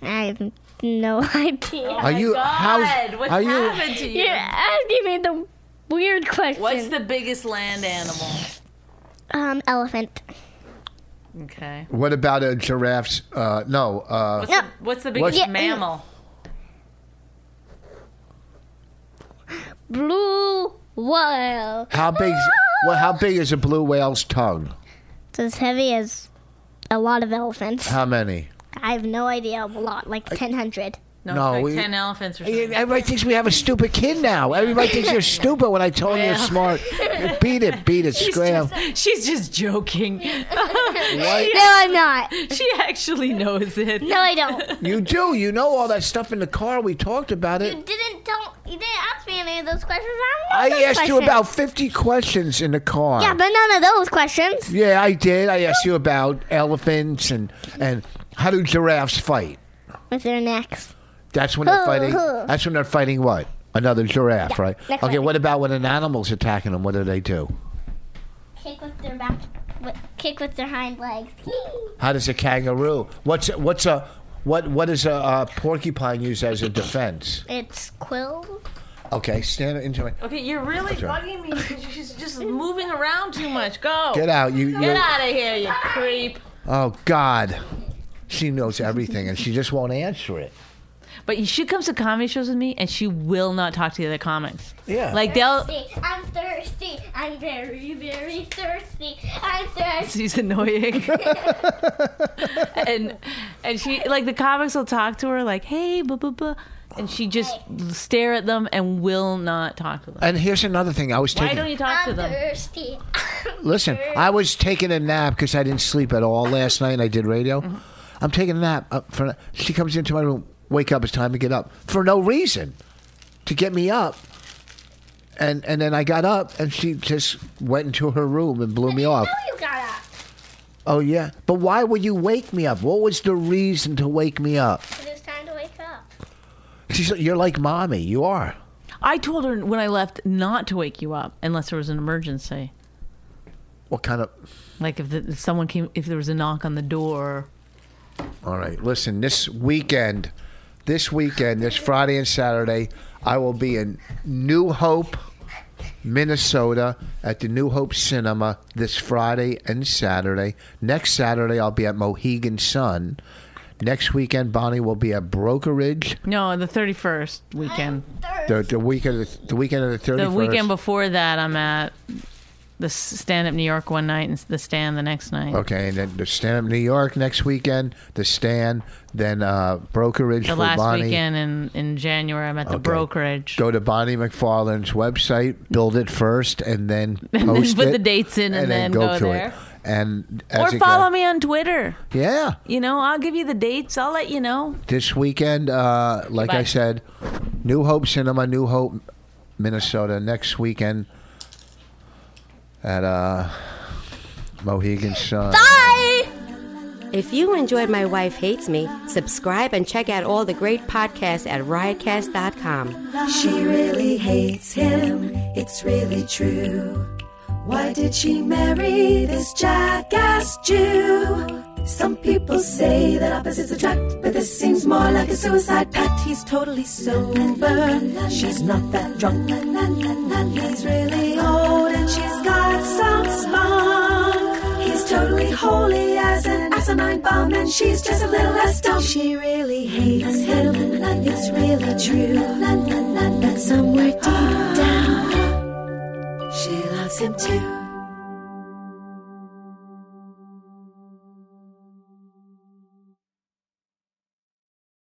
D: I have no idea.
B: Are you
A: Oh God, what's
B: are you
A: happened to you?
D: You're asking me the weird question.
A: What's the biggest land animal?
D: um elephant?
A: Okay.
B: what about a giraffe's uh no, uh
A: What's, The, what's the biggest
D: Yeah, mm.
A: mammal?
D: Blue whale.
B: how big well how big is a blue whale's tongue?
D: It's as heavy as a lot of elephants.
B: How many?
D: I have no idea. A lot, like ten hundred.
A: No,
B: No,
A: it's like
B: we-
A: ten elephants or something.
B: Everybody thinks we have a stupid kid now. Everybody thinks you're stupid when I told you you're smart. Beat it, beat it, scram.
C: She's just joking.
D: No, I'm not.
C: She actually knows it.
D: No, I don't.
B: You do. You know all that stuff in the car. We talked about it.
D: you didn't don't. You didn't ask me any of those questions. I
B: I
D: don't know
B: asked
D: those
B: you
D: questions.
B: about 50 questions in the car.
D: Yeah, but none of those questions.
B: Yeah, I did. I asked you about elephants and, and how do giraffes fight?
D: With their necks.
B: That's when they're fighting. That's when they're fighting what? Another giraffe, right?
D: next
B: okay,
D: one.
B: what about when an animal's attacking them? What do they do?
D: Kick with their back. With, kick with their hind legs.
B: How does a kangaroo? What's what's a what what is a, uh porcupine use as a defense?
D: It's quills.
B: Okay, stand into it.
A: Okay, you're really
B: right.
A: bugging me because she's just moving around too much. Go.
B: Get out, you.
A: Get
B: you-
A: out of here, you creep.
B: Oh God, she knows everything, and she just won't answer it.
A: But she comes to comedy shows with me and she will not talk to the other comics.
B: Yeah.
A: Like they'll
D: I'm thirsty. I'm very, very thirsty. I'm thirsty.
A: she's annoying. and and she like the comics will talk to her like, "Hey, blah blah blah." And she just stare at them and will not talk to them.
B: And here's another thing. I was
A: Why
B: taking.
A: don't you talk to
D: I'm
A: them?
D: thirsty.
B: Listen, I was taking a nap because I didn't sleep at all last night. and I did radio. I'm taking a nap. Uh, for she comes into my room. Wake up! It's time to get up for no reason, to get me up. And and then I got up, and she just went into her room and blew me off.
D: you got up.
B: Oh yeah, but why would you wake me up? What was the reason to wake me up?
D: It was time to wake up.
B: She's like, you're like mommy. You are.
A: I told her when I left not to wake you up unless there was an emergency.
B: What kind of?
A: Like if, the, if someone came, if there was a knock on the door.
B: All right. Listen, this weekend, this weekend, this Friday and Saturday, I will be in New Hope, Minnesota at the New Hope Cinema this Friday and Saturday. Next Saturday, I'll be at Mohegan Sun. Next weekend, Bonnie will be at Brokerage.
A: No, the thirty first weekend.
B: The, the weekend, of the, the weekend of the
A: The
B: thirty first.
A: weekend before that, I'm at the stand up New York one night and the stand the next night.
B: Okay, and then the stand up New York next weekend, the stand, then uh, brokerage
A: The
B: for
A: last
B: Bonnie.
A: weekend in, in January, I'm at the
B: Okay.
A: brokerage.
B: Go to Bonnie McFarland's website, build it first, and then
A: then
B: post
A: put
B: it,
A: the dates in and then
B: go,
A: go
B: to
A: there.
B: it. And
A: or
B: as it
A: follow
B: go-
A: me on Twitter.
B: Yeah,
A: You know, I'll give you the dates. I'll let you know.
B: this weekend, uh, like I
A: Goodbye.
B: said, New Hope Cinema, New Hope, Minnesota, next weekend at uh, Mohegan Sun.
E: If you enjoyed My Wife Hates Me, subscribe and check out all the great podcasts at riotcast.com.
F: She really hates him, it's really true. Why did she marry this jackass Jew? Some people say that opposites attract, but this seems more like a suicide pact. He's totally sober, she's not that drunk. He's really old and she's got some spunk. He's totally holy as an asinine bomb, and she's just a little less dumb. She really hates him, it's really true. But somewhere deep down, she loves him too.